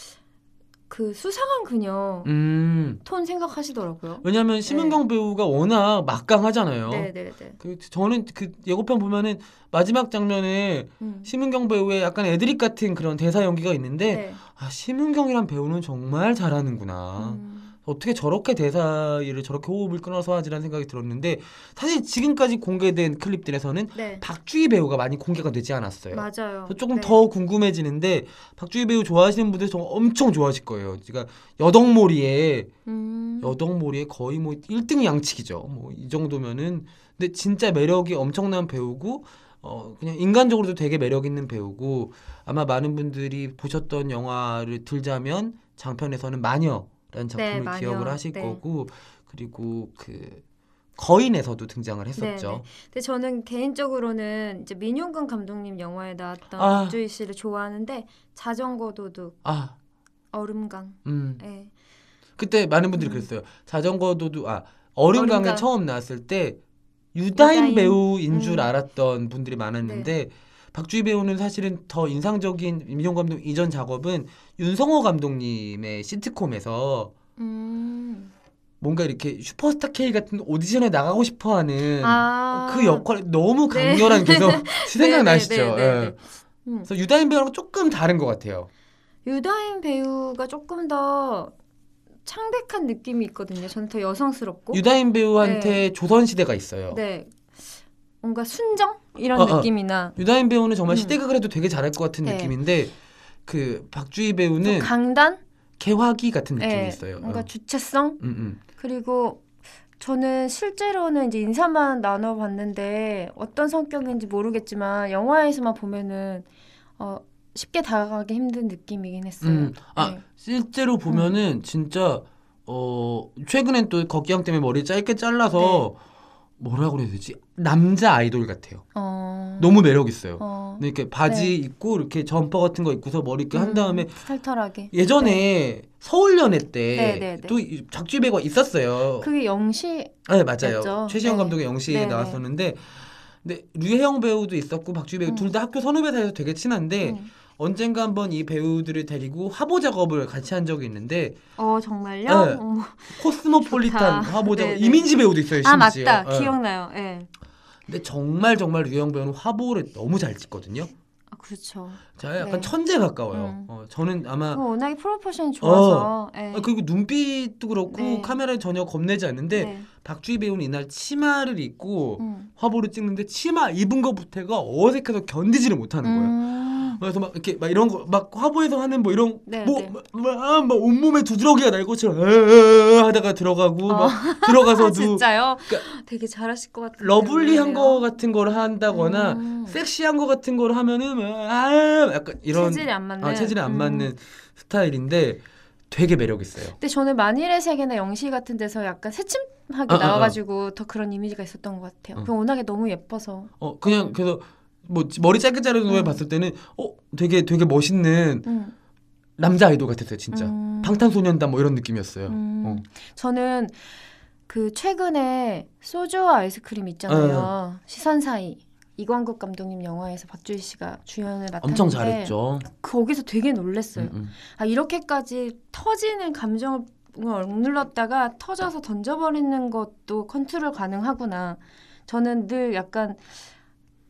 Speaker 2: 그 수상한 그녀
Speaker 1: 음.
Speaker 2: 톤 생각하시더라고요.
Speaker 1: 왜냐하면 심은경 배우가 워낙 막강하잖아요.
Speaker 2: 네, 네, 네.
Speaker 1: 그 저는 그 예고편 보면은 마지막 장면에
Speaker 2: 음.
Speaker 1: 심은경 배우의 약간 애드립 같은 그런 대사 연기가 있는데
Speaker 2: 네.
Speaker 1: 아 심은경이란 배우는 정말 잘하는구나.
Speaker 2: 음.
Speaker 1: 어떻게 저렇게 대사를 저렇게 호흡을 끊어서 하지라는 생각이 들었는데 사실 지금까지 공개된 클립들에서는
Speaker 2: 네.
Speaker 1: 박주희 배우가 많이 공개가 되지 않았어요.
Speaker 2: 맞아요.
Speaker 1: 그래서 조금
Speaker 2: 네.
Speaker 1: 더 궁금해지는데 박주희 배우 좋아하시는 분들 정말 엄청 좋아하실 거예요. 그러니까 여덕몰이에
Speaker 2: 음.
Speaker 1: 여덕몰이에 거의 뭐 1등 양치기죠. 뭐 이 정도면은 근데 진짜 매력이 엄청난 배우고 어 그냥 인간적으로도 되게 매력 있는 배우고 아마 많은 분들이 보셨던 영화를 들자면 장편에서는 마녀라는 작품을
Speaker 2: 네, 마녀.
Speaker 1: 기억을 하실
Speaker 2: 네.
Speaker 1: 거고 그리고 그 거인에서도 등장을
Speaker 2: 네, 네.
Speaker 1: 했었죠.
Speaker 2: 근데 저는 개인적으로는 이제 민용근 감독님 영화에 나왔던
Speaker 1: 아.
Speaker 2: 박주희 씨를 좋아하는데 자전거 도둑
Speaker 1: 아
Speaker 2: 얼음강.
Speaker 1: 음.
Speaker 2: 네.
Speaker 1: 그때 많은 분들이
Speaker 2: 음.
Speaker 1: 그랬어요. 자전거 도둑 아 어른강에
Speaker 2: 어른강.
Speaker 1: 처음 나왔을 때 유다인,
Speaker 2: 유다인.
Speaker 1: 배우인 줄
Speaker 2: 음. 네.
Speaker 1: 알았던 분들이 많았는데 박주희 배우는 사실은 더 인상적인 임종 감독 이전 작업은 윤성호 감독님의 시트콤에서
Speaker 2: 음.
Speaker 1: 뭔가 이렇게 슈퍼스타 K 같은 오디션에 나가고 싶어하는
Speaker 2: 아.
Speaker 1: 그 역할 너무
Speaker 2: 네.
Speaker 1: 강렬한 계속
Speaker 2: 네,
Speaker 1: 생각나시죠?
Speaker 2: 네, 네, 네.
Speaker 1: 예.
Speaker 2: 음.
Speaker 1: 그래서 유다인 배우랑 조금 다른 것 같아요.
Speaker 2: 유다인 배우가 조금 더 창백한 느낌이 있거든요. 저는 더 여성스럽고.
Speaker 1: 유다인 배우한테 조선 시대가 있어요.
Speaker 2: 네. 뭔가 순정 이런
Speaker 1: 어, 어.
Speaker 2: 느낌이나
Speaker 1: 유다인 배우는 정말
Speaker 2: 음.
Speaker 1: 시대극을 해도 되게 잘할 것 같은
Speaker 2: 네.
Speaker 1: 느낌인데 그 박주희
Speaker 2: 좀
Speaker 1: 배우는 어.
Speaker 2: 강단,
Speaker 1: 개화기 같은 느낌이
Speaker 2: 네.
Speaker 1: 있어요.
Speaker 2: 뭔가
Speaker 1: 어.
Speaker 2: 주체성
Speaker 1: 음, 음.
Speaker 2: 그리고 저는 실제로는 이제 인사만 나눠봤는데 어떤 성격인지 모르겠지만 영화에서만 보면은 어, 쉽게 다가가기 힘든 느낌이긴 했어요.
Speaker 1: 음. 아
Speaker 2: 네.
Speaker 1: 실제로 보면은 진짜 어 최근엔 또 걷기형 때문에 머리 짧게 잘라서
Speaker 2: 네.
Speaker 1: 뭐라고 그래야 되지 남자 아이돌 같아요.
Speaker 2: 어,
Speaker 1: 너무 매력 있어요.
Speaker 2: 어,
Speaker 1: 근데 이렇게 바지 입고 이렇게 점퍼 같은 거 입고서 머리 이렇게 그 한
Speaker 2: 음,
Speaker 1: 다음에
Speaker 2: 탈탈하게
Speaker 1: 예전에 서울 연애
Speaker 2: 네, 네,
Speaker 1: 때
Speaker 2: 네.
Speaker 1: 또 작주 배우가 있었어요.
Speaker 2: 그게 영시
Speaker 1: 네 맞아요.
Speaker 2: 맞죠?
Speaker 1: 최시영
Speaker 2: 네.
Speaker 1: 감독의 영시에
Speaker 2: 네, 네.
Speaker 1: 나왔었는데 근데 류혜영 배우도 있었고 박주희 배우
Speaker 2: 음.
Speaker 1: 둘 다 학교 선후배 사이에서 되게 친한데
Speaker 2: 음.
Speaker 1: 언젠가 한번 이 배우들을 데리고 화보 작업을 같이 한 적이 있는데
Speaker 2: 어 정말요?
Speaker 1: 네.
Speaker 2: 어머.
Speaker 1: 코스모폴리탄
Speaker 2: 좋다.
Speaker 1: 화보
Speaker 2: 네,
Speaker 1: 작업
Speaker 2: 네.
Speaker 1: 이민지 배우도 있어요
Speaker 2: 아
Speaker 1: 심지어.
Speaker 2: 맞다
Speaker 1: 예.
Speaker 2: 기억나요. 예. 네.
Speaker 1: 근데 정말 정말 류혜영 배우는 화보를 너무 잘 찍거든요.
Speaker 2: 아 그렇죠.
Speaker 1: 제가 약간
Speaker 2: 네.
Speaker 1: 천재 가까워요.
Speaker 2: 음.
Speaker 1: 어, 저는 아마
Speaker 2: 그거 워낙에 프로포션이 좋아서. 예.
Speaker 1: 아, 그리고 눈빛도 그렇고
Speaker 2: 네.
Speaker 1: 카메라에 전혀 겁내지 않는데 뭐
Speaker 2: 네.
Speaker 1: 박주희 배우는 이날 치마를 입고
Speaker 2: 음.
Speaker 1: 화보를 찍는데 치마 입은 것부터가 어색해서 견디지를 못하는 거예요.
Speaker 2: 음.
Speaker 1: 그래서 막 이렇게 막 이런 거 막 화보에서 하는 뭐 이런
Speaker 2: 네,
Speaker 1: 뭐
Speaker 2: 네.
Speaker 1: 막 온몸에 두드러기가 날 것처럼 에에에 하다가 들어가고
Speaker 2: 아.
Speaker 1: 막
Speaker 2: 아,
Speaker 1: 들어가서도
Speaker 2: 진짜요?
Speaker 1: 그러니까
Speaker 2: 되게 잘하실 것 같아요.
Speaker 1: 러블리한 거 같은 걸 한다거나
Speaker 2: 네. 음.
Speaker 1: 섹시한 거 같은 걸 하면은 아 약간 이런
Speaker 2: 체질이 안 맞는
Speaker 1: 아, 체질이 안
Speaker 2: 음.
Speaker 1: 맞는 스타일인데 되게 매력 있어요.
Speaker 2: 근데 저는 만일의 세계나 영시 같은 데서 약간 새침하게
Speaker 1: 아, 어. 아,
Speaker 2: 나와가지고 더 그런 이미지가 있었던 것 같아요.
Speaker 1: 응.
Speaker 2: 그냥 워낙에 너무 예뻐서.
Speaker 1: 어 그냥 그래서 뭐 머리 짧게 자른 후에
Speaker 2: 음.
Speaker 1: 봤을 때는 어 되게 되게 멋있는
Speaker 2: 응.
Speaker 1: 남자 아이돌 같았어요 진짜
Speaker 2: 음.
Speaker 1: 방탄소년단 뭐 이런 느낌이었어요.
Speaker 2: 음.
Speaker 1: 어.
Speaker 2: 저는 그 최근에 소주와 아이스크림
Speaker 1: 어.
Speaker 2: 있잖아요. 시선 사이 이광국 감독님 영화에서 박주희 씨가 주연을 맡았는데
Speaker 1: 엄청 잘했죠.
Speaker 2: 거기서 되게 놀랐어요.
Speaker 1: 음, 음.
Speaker 2: 아 이렇게까지 터지는 감정을 억눌렀다가 터져서 던져버리는 것도 컨트롤 가능하구나. 저는 늘 약간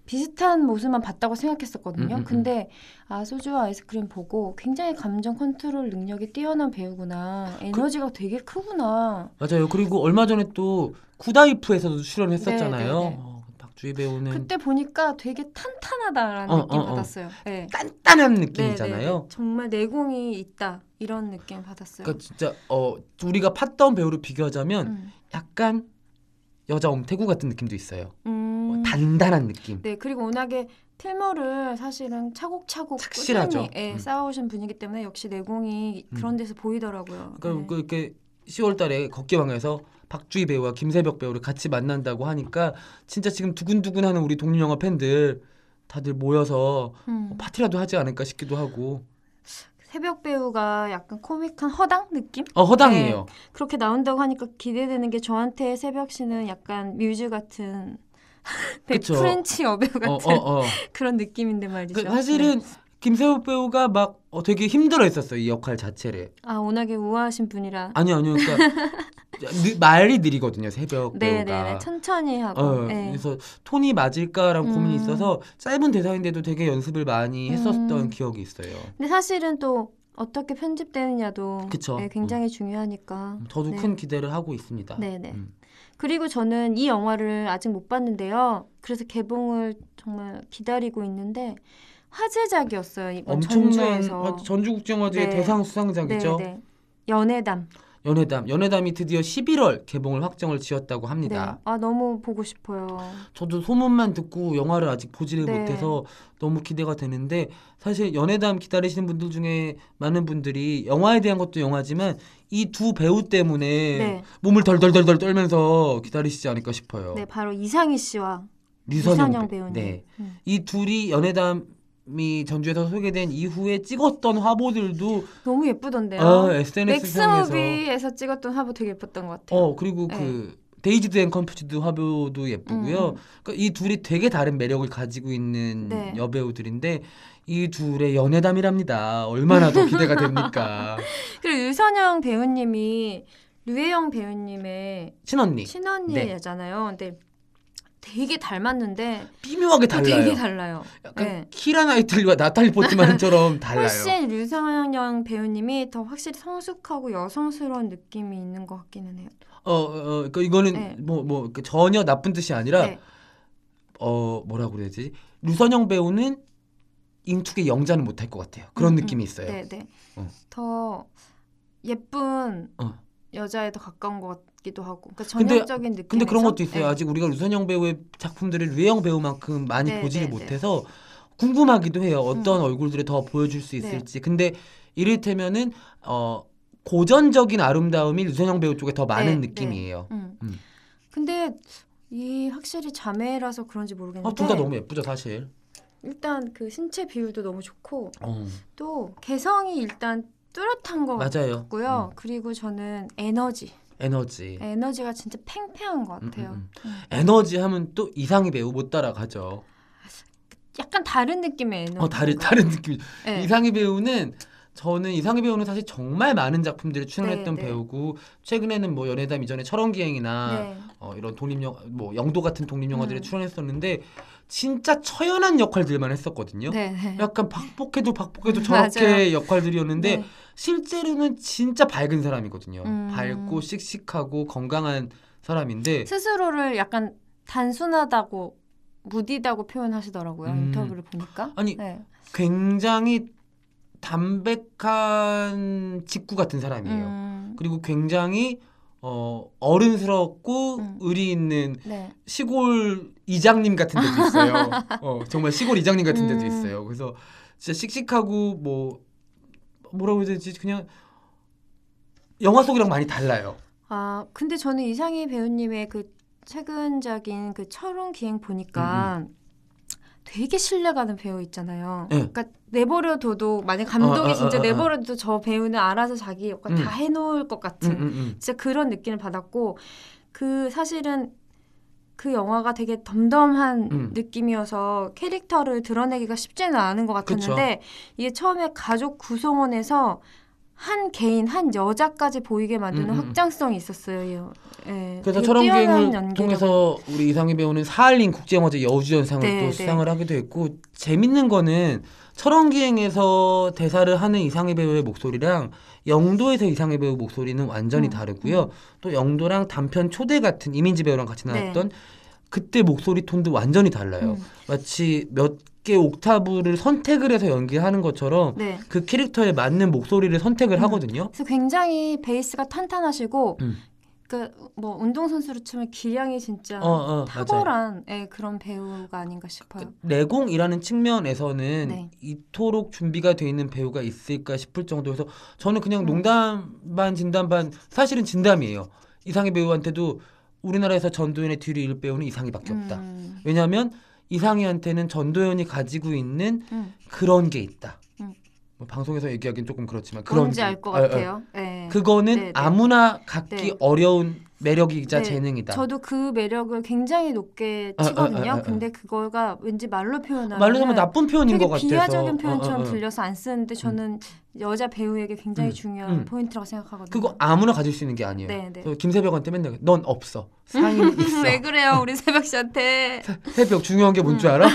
Speaker 2: 비슷한 모습만 봤다고 생각했었거든요.
Speaker 1: 음, 음, 음.
Speaker 2: 근데 아 소주와 아이스크림 보고 굉장히 감정 컨트롤 능력이 뛰어난 배우구나.
Speaker 1: 그
Speaker 2: 에너지가 되게 크구나.
Speaker 1: 맞아요. 그리고 얼마 전에 또 쿠다이프에서도 출연했었잖아요.
Speaker 2: 네, 네, 네.
Speaker 1: 어, 박주희 배우는
Speaker 2: 그때 보니까 되게 탄탄하다라는
Speaker 1: 어,
Speaker 2: 느낌
Speaker 1: 어, 어.
Speaker 2: 받았어요. 네.
Speaker 1: 단단한
Speaker 2: 네, 네,
Speaker 1: 느낌이잖아요.
Speaker 2: 네. 정말 내공이 있다 이런 느낌 받았어요.
Speaker 1: 그러니까 진짜 어 우리가 팠던 배우를 비교하자면
Speaker 2: 음.
Speaker 1: 약간 여자 엄태구 같은 느낌도 있어요. 어,
Speaker 2: 음.
Speaker 1: 단단한 느낌.
Speaker 2: 네 그리고 워낙에 필모를 사실은 차곡차곡
Speaker 1: 착실하죠.
Speaker 2: 꾸준히 예,
Speaker 1: 음.
Speaker 2: 쌓아오신 분이기 때문에 역시 내공이
Speaker 1: 음.
Speaker 2: 그런 데서 보이더라고요.
Speaker 1: 그러니까
Speaker 2: 네.
Speaker 1: 그 이렇게 10월달에 걷기왕에서 박주희 배우와 김세벽 배우를 같이 만난다고 하니까 진짜 지금 두근두근하는 우리 독립 영화 팬들 다들 모여서
Speaker 2: 음.
Speaker 1: 어, 파티라도 하지 않을까 싶기도 하고
Speaker 2: 새벽 배우가 약간 코믹한 허당 느낌
Speaker 1: 어 허당이에요.
Speaker 2: 그렇게 나온다고 하니까 기대되는 게 저한테 새벽 씨는 약간 뮤즈 같은 백-
Speaker 1: 그쵸.
Speaker 2: 프렌치 여배우 네, 같은
Speaker 1: 어 어, 어.
Speaker 2: 그런 느낌인데 말이죠. 네.
Speaker 1: 그 사실은 김세호 배우가 막 어, 되게 힘들어 했었어요 이 역할 자체를
Speaker 2: 아 워낙에 우아하신 분이라
Speaker 1: 아니 아니요 그러니까 느- 말이 느리거든요 새벽 배우가
Speaker 2: 네네네 천천히 하고
Speaker 1: 어,
Speaker 2: 네.
Speaker 1: 그래서 톤이 맞을까라는 고민이
Speaker 2: 음.
Speaker 1: 있어서 짧은 대사인데도 되게 연습을 많이 했었던
Speaker 2: 음.
Speaker 1: 기억이 있어요
Speaker 2: 근데 사실은 또 어떻게 편집되느냐도
Speaker 1: 그쵸. 음.
Speaker 2: 예, 굉장히 중요하니까
Speaker 1: 저도
Speaker 2: 네.
Speaker 1: 큰 기대를 하고 있습니다
Speaker 2: 네네.
Speaker 1: 음.
Speaker 2: 그리고 저는 이 영화를 아직 못 봤는데요. 그래서 개봉을 정말 기다리고 있는데 화제작이었어요. 이번
Speaker 1: 엄청난
Speaker 2: 그러니까 전주에서.
Speaker 1: 화- 전주국제영화제
Speaker 2: 네.
Speaker 1: 대상 수상작이죠
Speaker 2: 네, 네. 연애담.
Speaker 1: 연애담 연애담이 드디어 11월 개봉을 확정을 지었다고
Speaker 2: 네.
Speaker 1: 합니다
Speaker 2: 아 너무 보고 싶어요.
Speaker 1: 저도 소문만 듣고 영화를 아직 보지를
Speaker 2: 네.
Speaker 1: 못해서 너무 기대가 되는데 사실 연애담 기다리시는 분들 중에 많은 분들이 영화에 대한 것도 영화지만 이 두 배우 때문에
Speaker 2: 네.
Speaker 1: 몸을 덜덜덜덜 떨면서 기다리시지 않을까 싶어요.
Speaker 2: 네, 바로 이상희 씨와
Speaker 1: 류선영
Speaker 2: 이선영
Speaker 1: 배-
Speaker 2: 배우님.
Speaker 1: 네.
Speaker 2: 음.
Speaker 1: 이 둘이 연애담이 전주에서 소개된 이후에 찍었던 화보들도
Speaker 2: 너무 예쁘던데요.
Speaker 1: 아, SNS 상에서
Speaker 2: 네. 맥스무비에서 찍었던 화보 되게 예뻤던 것 같아요.
Speaker 1: 어 그리고
Speaker 2: 네.
Speaker 1: 그 데이지드 앤 컴퓨즈드 화보도 예쁘고요.
Speaker 2: 음, 음.
Speaker 1: 그러니까 이 둘이 되게 다른 매력을 가지고 있는
Speaker 2: 네.
Speaker 1: 여배우들인데 이 둘의 연애담이랍니다. 얼마나 더 기대가 됩니까?
Speaker 2: 그리고 유선영 배우님이 류혜영 배우님의
Speaker 1: 친언니 네.
Speaker 2: 친언니잖아요. 근데 되게 닮았는데
Speaker 1: 미묘하게 달라요.
Speaker 2: 어, 되게 달라요.
Speaker 1: 약간
Speaker 2: 네.
Speaker 1: 키라 나이틀리와 나탈리 포트만처럼 달라요.
Speaker 2: 훨씬 류성영 배우님이 더 확실히 성숙하고 여성스러운 느낌이 있는 것 같기는 해요.
Speaker 1: 어, 어, 그 이거는
Speaker 2: 네.
Speaker 1: 뭐, 뭐, 그 전혀 나쁜 뜻이 아니라,
Speaker 2: 네.
Speaker 1: 어, 뭐라고 그래야 되지? 류선영 배우는 인투의 영자는 못할 것 같아요. 그런
Speaker 2: 음,
Speaker 1: 느낌이 있어요.
Speaker 2: 네, 네.
Speaker 1: 어.
Speaker 2: 더 예쁜
Speaker 1: 어.
Speaker 2: 여자에 더 가까운 것 같기도 하고. 그러니까
Speaker 1: 근데-
Speaker 2: 전형적인 느낌.
Speaker 1: 근데 그런 것도
Speaker 2: 네.
Speaker 1: 있어요. 아직 우리가 류선영 배우의 작품들을 류혜영 배우만큼 많이
Speaker 2: 네,
Speaker 1: 보지를
Speaker 2: 네, 음. 네.
Speaker 1: 못해서 궁금하기도 해요. 어떤 얼굴들을 더 보여줄
Speaker 2: 네.
Speaker 1: 수 있을지. 근데 이를테면은 어 고전적인 아름다움이 류선영 배우 쪽에 더 많은
Speaker 2: 네,
Speaker 1: 느낌이에요.
Speaker 2: 음.
Speaker 1: 음.
Speaker 2: 근데 이 확실히 자매라서 그런지 모르겠는데.
Speaker 1: 아, 둘 다 너무 예쁘죠, 사실.
Speaker 2: 일단 그 신체 비율도 너무 좋고
Speaker 1: 어,
Speaker 2: 또 개성이 일단 뚜렷한 것
Speaker 1: 맞아요.
Speaker 2: 같고요. 그리고 저는 에너지,
Speaker 1: 음, 에너지.
Speaker 2: 에너지가 진짜 팽팽한 것
Speaker 1: 음, 음,
Speaker 2: 같아요.
Speaker 1: 음.
Speaker 2: 음.
Speaker 1: 에너지 하면 또 이상희 배우 못 따라가죠.
Speaker 2: 약간 다른 느낌의 에너지.
Speaker 1: 어, 다른 다른 느낌.
Speaker 2: 네.
Speaker 1: 이상희 배우는 저는 이상희 배우는 사실 정말 많은 작품들에 출연했던
Speaker 2: 네, 네.
Speaker 1: 배우고 최근에는 뭐 연애담 이전에 철원기행이나
Speaker 2: 네.
Speaker 1: 어, 이런 독립영 뭐 영도 같은 독립영화들에
Speaker 2: 음.
Speaker 1: 출연했었는데 진짜 처연한 역할들만 했었거든요.
Speaker 2: 네. 네.
Speaker 1: 약간 박복해도 박복해도
Speaker 2: 음,
Speaker 1: 저렇게
Speaker 2: 맞아요.
Speaker 1: 역할들이었는데
Speaker 2: 네.
Speaker 1: 실제로는 진짜 밝은 사람이거든요.
Speaker 2: 음.
Speaker 1: 밝고 씩씩하고 건강한 사람인데
Speaker 2: 스스로를 약간 단순하다고 무디다고 표현하시더라고요
Speaker 1: 음.
Speaker 2: 인터뷰를 보니까.
Speaker 1: 아니
Speaker 2: 네.
Speaker 1: 굉장히 담백한 직구 같은 사람이에요.
Speaker 2: 음,
Speaker 1: 그리고 굉장히 어, 어른스럽고
Speaker 2: 음.
Speaker 1: 의리 있는
Speaker 2: 네.
Speaker 1: 시골 이장님 같은 데도 있어요. 어, 정말 시골 이장님 같은 데도
Speaker 2: 음.
Speaker 1: 있어요. 그래서 진짜 씩씩하고 뭐 뭐라고 해야 되지? 그냥 영화 속이랑 많이 달라요.
Speaker 2: 아, 근데 저는 이상희 배우님의 그 최근작인 그 철옹 기행
Speaker 1: 음,
Speaker 2: 보니까 되게 신뢰가는 배우 있잖아요.
Speaker 1: 예.
Speaker 2: 그러니까 내버려둬도 만약 감독이
Speaker 1: 어, 어,
Speaker 2: 진짜
Speaker 1: 어, 어, 어.
Speaker 2: 내버려둬도 저 배우는 알아서 자기 역할
Speaker 1: 음.
Speaker 2: 다 해놓을 것
Speaker 1: 음,
Speaker 2: 같은
Speaker 1: 음, 음.
Speaker 2: 진짜 그런 느낌을 받았고 그 사실은 그 영화가 되게 덤덤한
Speaker 1: 음.
Speaker 2: 느낌이어서 캐릭터를 드러내기가 쉽지는 않은 것 같았는데 이게 처음에 가족 구성원에서 한 개인 한 여자까지 보이게
Speaker 1: 음,
Speaker 2: 만드는
Speaker 1: 음.
Speaker 2: 확장성이 있었어요. 이 여- 예,
Speaker 1: 그래서
Speaker 2: 되게
Speaker 1: 철원
Speaker 2: 뛰어난
Speaker 1: 기행을
Speaker 2: 연기력.
Speaker 1: 통해서 우리 이상희 배우는 사할린 국제영화제 여우주연상을
Speaker 2: 네,
Speaker 1: 또
Speaker 2: 네.
Speaker 1: 수상을 하기도 했고 재밌는 거는 철원 기행에서 대사를 하는 이상희 배우의 목소리랑 영도에서 이상희 배우 목소리는 완전히
Speaker 2: 음,
Speaker 1: 다르고요. 또 영도랑 단편 초대 같은 이민지 배우랑 같이
Speaker 2: 네.
Speaker 1: 나왔던 그때 목소리 톤도 완전히 달라요.
Speaker 2: 음,
Speaker 1: 마치 몇 개 옥타브를 선택을 해서 연기하는 것처럼
Speaker 2: 네.
Speaker 1: 그 캐릭터에 맞는 목소리를 선택을
Speaker 2: 음.
Speaker 1: 하거든요.
Speaker 2: 그래서 굉장히 베이스가 탄탄하시고
Speaker 1: 음.
Speaker 2: 그 뭐 운동 선수로 치면 기량이 진짜
Speaker 1: 어, 어, 맞아요.
Speaker 2: 탁월한 예, 그런 배우가 아닌가 싶어요.
Speaker 1: 그 내공이라는 측면에서는
Speaker 2: 네.
Speaker 1: 이토록 준비가 돼 있는 배우가 있을까 싶을 정도여서 저는 그냥
Speaker 2: 음.
Speaker 1: 농담 반 진담 반 사실은 진담이에요. 이상희 배우한테도 우리나라에서 전도연의 뒤를 이을 배우는 이상희밖에 없다.
Speaker 2: 음,
Speaker 1: 왜냐하면 이상희한테는 전도연이 가지고 있는
Speaker 2: 음.
Speaker 1: 그런 게 있다.
Speaker 2: 음.
Speaker 1: 뭐 방송에서 얘기하기는 조금 그렇지만 그런
Speaker 2: 뭔지
Speaker 1: 게-
Speaker 2: 알 것
Speaker 1: 아, 아,
Speaker 2: 같아요. 예.
Speaker 1: 그거는
Speaker 2: 네, 네.
Speaker 1: 아무나 갖기
Speaker 2: 네.
Speaker 1: 어려운 매력이자
Speaker 2: 네,
Speaker 1: 재능이다.
Speaker 2: 저도 그 매력을 굉장히 높게
Speaker 1: 아, 아,
Speaker 2: 치거든요.
Speaker 1: 아, 아, 아.
Speaker 2: 근데 그거가 왠지 말로 표현하면
Speaker 1: 말로 하면 나쁜 표현인
Speaker 2: 되게
Speaker 1: 것 같아서
Speaker 2: 비하적인
Speaker 1: 어,
Speaker 2: 표현처럼
Speaker 1: 어, 어.
Speaker 2: 들려서 안 쓰는데 저는 여자 배우에게 굉장히
Speaker 1: 음,
Speaker 2: 중요한
Speaker 1: 음.
Speaker 2: 포인트라고 생각하거든요.
Speaker 1: 그거 아무나 가질 수 있는 게 아니에요.
Speaker 2: 네, 네.
Speaker 1: 그래서 김새벽한테 맨날 넌 없어. 상인 있어.
Speaker 3: 왜 그래요, 우리 새벽 씨한테?
Speaker 1: 새벽 중요한 게 뭔
Speaker 2: 음.
Speaker 1: 줄 알아?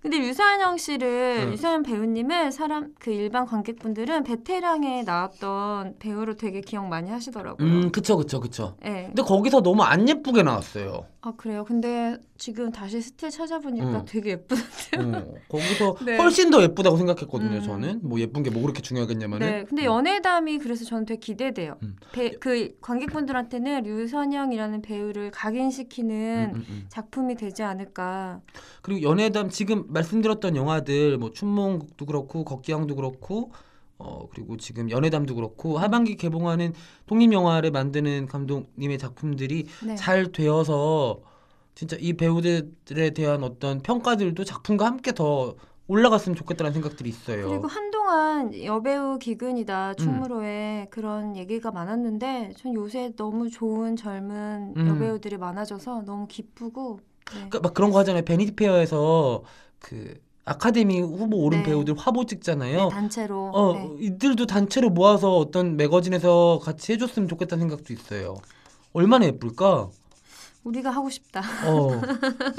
Speaker 2: 근데 유사현영 씨를
Speaker 1: 음.
Speaker 2: 유사현 배우님을 사람 그 일반 관객분들은 베테랑에 나왔던 배우로 되게 기억 많이 하시더라고요.
Speaker 1: 음, 그쵸, 그쵸, 그쵸.
Speaker 2: 예.
Speaker 1: 근데 거기서 너무 안 예쁘게 나왔어요.
Speaker 2: 아 그래요. 근데 지금 다시 스틸 찾아보니까
Speaker 1: 음.
Speaker 2: 되게 예쁘.
Speaker 1: 어, 거기서
Speaker 3: 네.
Speaker 1: 훨씬 더 예쁘다고 생각했거든요.
Speaker 2: 음.
Speaker 1: 저는 뭐 예쁜 게 뭐 그렇게 중요하겠냐면은.
Speaker 2: 네, 근데 연애담이 그래서 저는 되게 기대돼요.
Speaker 1: 음.
Speaker 2: 배- 그 관객분들한테는 류선영이라는 배우를
Speaker 1: 음,
Speaker 2: 각인시키는
Speaker 1: 음, 음.
Speaker 2: 작품이 되지 않을까.
Speaker 1: 그리고 연애담 지금 말씀드렸던 영화들 뭐 춘몽도 그렇고 걷기왕도 그렇고 어 그리고 지금 연애담도 그렇고 하반기 개봉하는 독립 영화를 만드는 감독님의 작품들이
Speaker 2: 네.
Speaker 1: 잘 되어서 진짜 이 배우들에 대한 어떤 평가들도 작품과 함께 더 올라갔으면 좋겠다는 생각들이 있어요. 음.
Speaker 2: 그리고 한동안 여배우 기근이다 충무로에 그런 얘기가 많았는데 전 요새 너무 좋은 젊은
Speaker 1: 음.
Speaker 2: 여배우들이 많아져서 너무 기쁘고. 네.
Speaker 1: 그러니까 막 그런 거 하잖아요. 베니티 페어에서 그 아카데미 후보 오른
Speaker 2: 네.
Speaker 1: 배우들 화보 찍잖아요.
Speaker 2: 단체로
Speaker 1: 어
Speaker 2: 네.
Speaker 1: 이들도 단체로 모아서 어떤 매거진에서 같이 해줬으면 좋겠다는 생각도 있어요. 얼마나 예쁠까?
Speaker 2: 우리가 하고 싶다.
Speaker 1: 어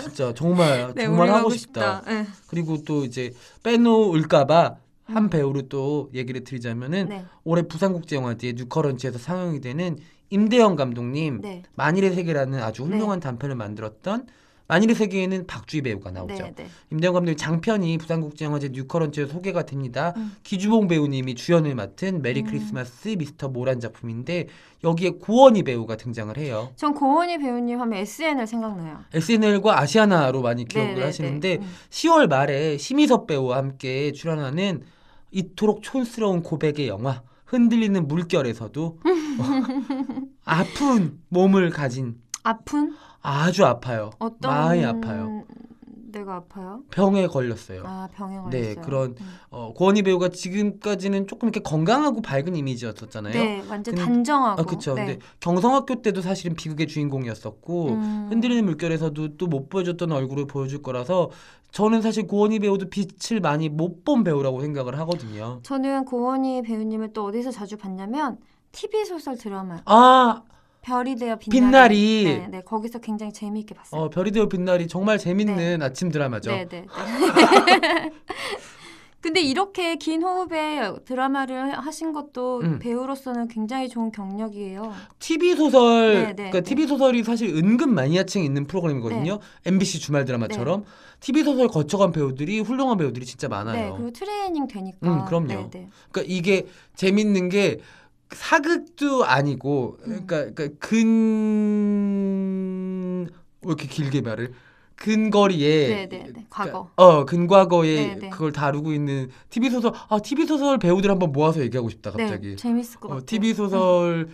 Speaker 1: 진짜 정말
Speaker 3: 네,
Speaker 1: 정말
Speaker 3: 우리가
Speaker 1: 하고 싶다.
Speaker 3: 네.
Speaker 1: 그리고 또 이제 빼놓을까봐 한
Speaker 2: 음.
Speaker 1: 배우로 또 얘기를 드리자면은
Speaker 2: 네,
Speaker 1: 올해 부산국제영화제 뉴커런치에서 상영이 되는 임대영 감독님
Speaker 2: 네,
Speaker 1: 만일의 세계라는 아주 훌륭한 단편을 만들었던 만일의 세계에는 박주희 배우가 나오죠.
Speaker 2: 네, 네.
Speaker 1: 임대영 감독님 장편이 부산국제영화제 뉴커런치에 소개가 됩니다.
Speaker 2: 음.
Speaker 1: 기주봉 배우님이 주연을 맡은 메리
Speaker 2: 음.
Speaker 1: 크리스마스 미스터 모란 작품인데 여기에 고원희 배우가 등장을 해요.
Speaker 2: 전 고은희 배우님 하면 SNL 생각나요.
Speaker 1: SNL과 아시아나로 많이
Speaker 2: 네,
Speaker 1: 기억을
Speaker 2: 네, 네.
Speaker 1: 하시는데
Speaker 2: 음.
Speaker 1: 10월 말에 심희섭 배우와 함께 출연하는 이토록 촌스러운 고백의 영화 흔들리는 물결에서도 어, 아픈 몸을 가진
Speaker 2: 아픈
Speaker 1: 아주 아파요.
Speaker 2: 어떤
Speaker 1: 많이 아파요.
Speaker 2: 내가 아파요?
Speaker 1: 병에 걸렸어요.
Speaker 2: 아 병에 걸렸어요.
Speaker 1: 네, 그런
Speaker 2: 음.
Speaker 1: 어, 고원희 배우가 지금까지는 조금 이렇게 건강하고 밝은 이미지였었잖아요.
Speaker 2: 네, 완전
Speaker 1: 근-
Speaker 2: 단정하고.
Speaker 1: 아, 그렇죠.
Speaker 2: 네.
Speaker 1: 근데 경성학교 때도 사실은 비극의 주인공이었었고
Speaker 2: 음.
Speaker 1: 흔들리는 물결에서도 또 못 보여줬던 얼굴을 보여줄 거라서 저는 사실 고원희 배우도 빛을 많이 못 본 배우라고 생각을 하거든요.
Speaker 2: 저는 고원희 배우님을 또 어디서 자주 봤냐면 TV 소설 드라마
Speaker 1: 아,
Speaker 2: 별이 되어 빛나리.
Speaker 1: 빛날이
Speaker 2: 네, 네, 거기서 굉장히 재미있게 봤어요.
Speaker 1: 어, 별이 되어 빛날이 정말 재밌는 아침 드라마죠.
Speaker 2: 네, 네. 네. 근데 이렇게 긴 호흡의 드라마를 하신 것도
Speaker 1: 음.
Speaker 2: 배우로서는 굉장히 좋은 경력이에요.
Speaker 1: TV 소설
Speaker 2: 네, 네,
Speaker 1: 그러니까
Speaker 2: 네.
Speaker 1: TV 소설이 사실 은근 마니아층 있는 프로그램이거든요. MBC 주말 드라마처럼 TV 소설 거쳐간 배우들이 훌륭한 배우들이 진짜
Speaker 2: 네,
Speaker 1: 많아요.
Speaker 2: 그리고 트레이닝 되니까.
Speaker 1: 음, 그럼요.
Speaker 2: 네, 네.
Speaker 1: 그러니까 이게 재밌는 게 사극도 아니고
Speaker 2: 음.
Speaker 1: 그러니까, 그러니까 근... 왜 이렇게 길게 말을 근거리에
Speaker 2: 네, 네, 네. 과거.
Speaker 1: 어 근과거에
Speaker 2: 네, 네.
Speaker 1: 그걸 다루고 있는 TV 소설 아 TV 소설 배우들 한번 모아서 얘기하고 싶다 갑자기
Speaker 2: 네, 재밌을 것
Speaker 1: 어,
Speaker 2: 같아요.
Speaker 1: TV 소설을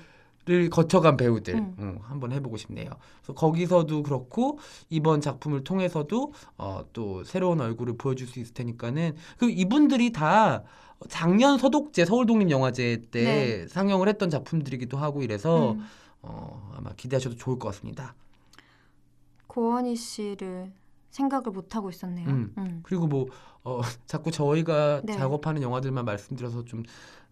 Speaker 1: 거쳐간 배우들
Speaker 2: 음.
Speaker 1: 음, 한번 해보고 싶네요. 그래서 거기서도 그렇고 이번 작품을 통해서도 어, 또 새로운 얼굴을 보여줄 수 있을 테니까는 그 이분들이 다 작년 서독제 서울독립영화제 때
Speaker 2: 네.
Speaker 1: 상영을 했던 작품들이기도 하고 이래서
Speaker 2: 음.
Speaker 1: 어, 아마 기대하셔도 좋을 것 같습니다.
Speaker 2: 고원희 씨를 생각을 못 하고 있었네요.
Speaker 1: 음.
Speaker 2: 음.
Speaker 1: 그리고 뭐 어, 자꾸 저희가
Speaker 2: 네.
Speaker 1: 작업하는 영화들만 말씀드려서 좀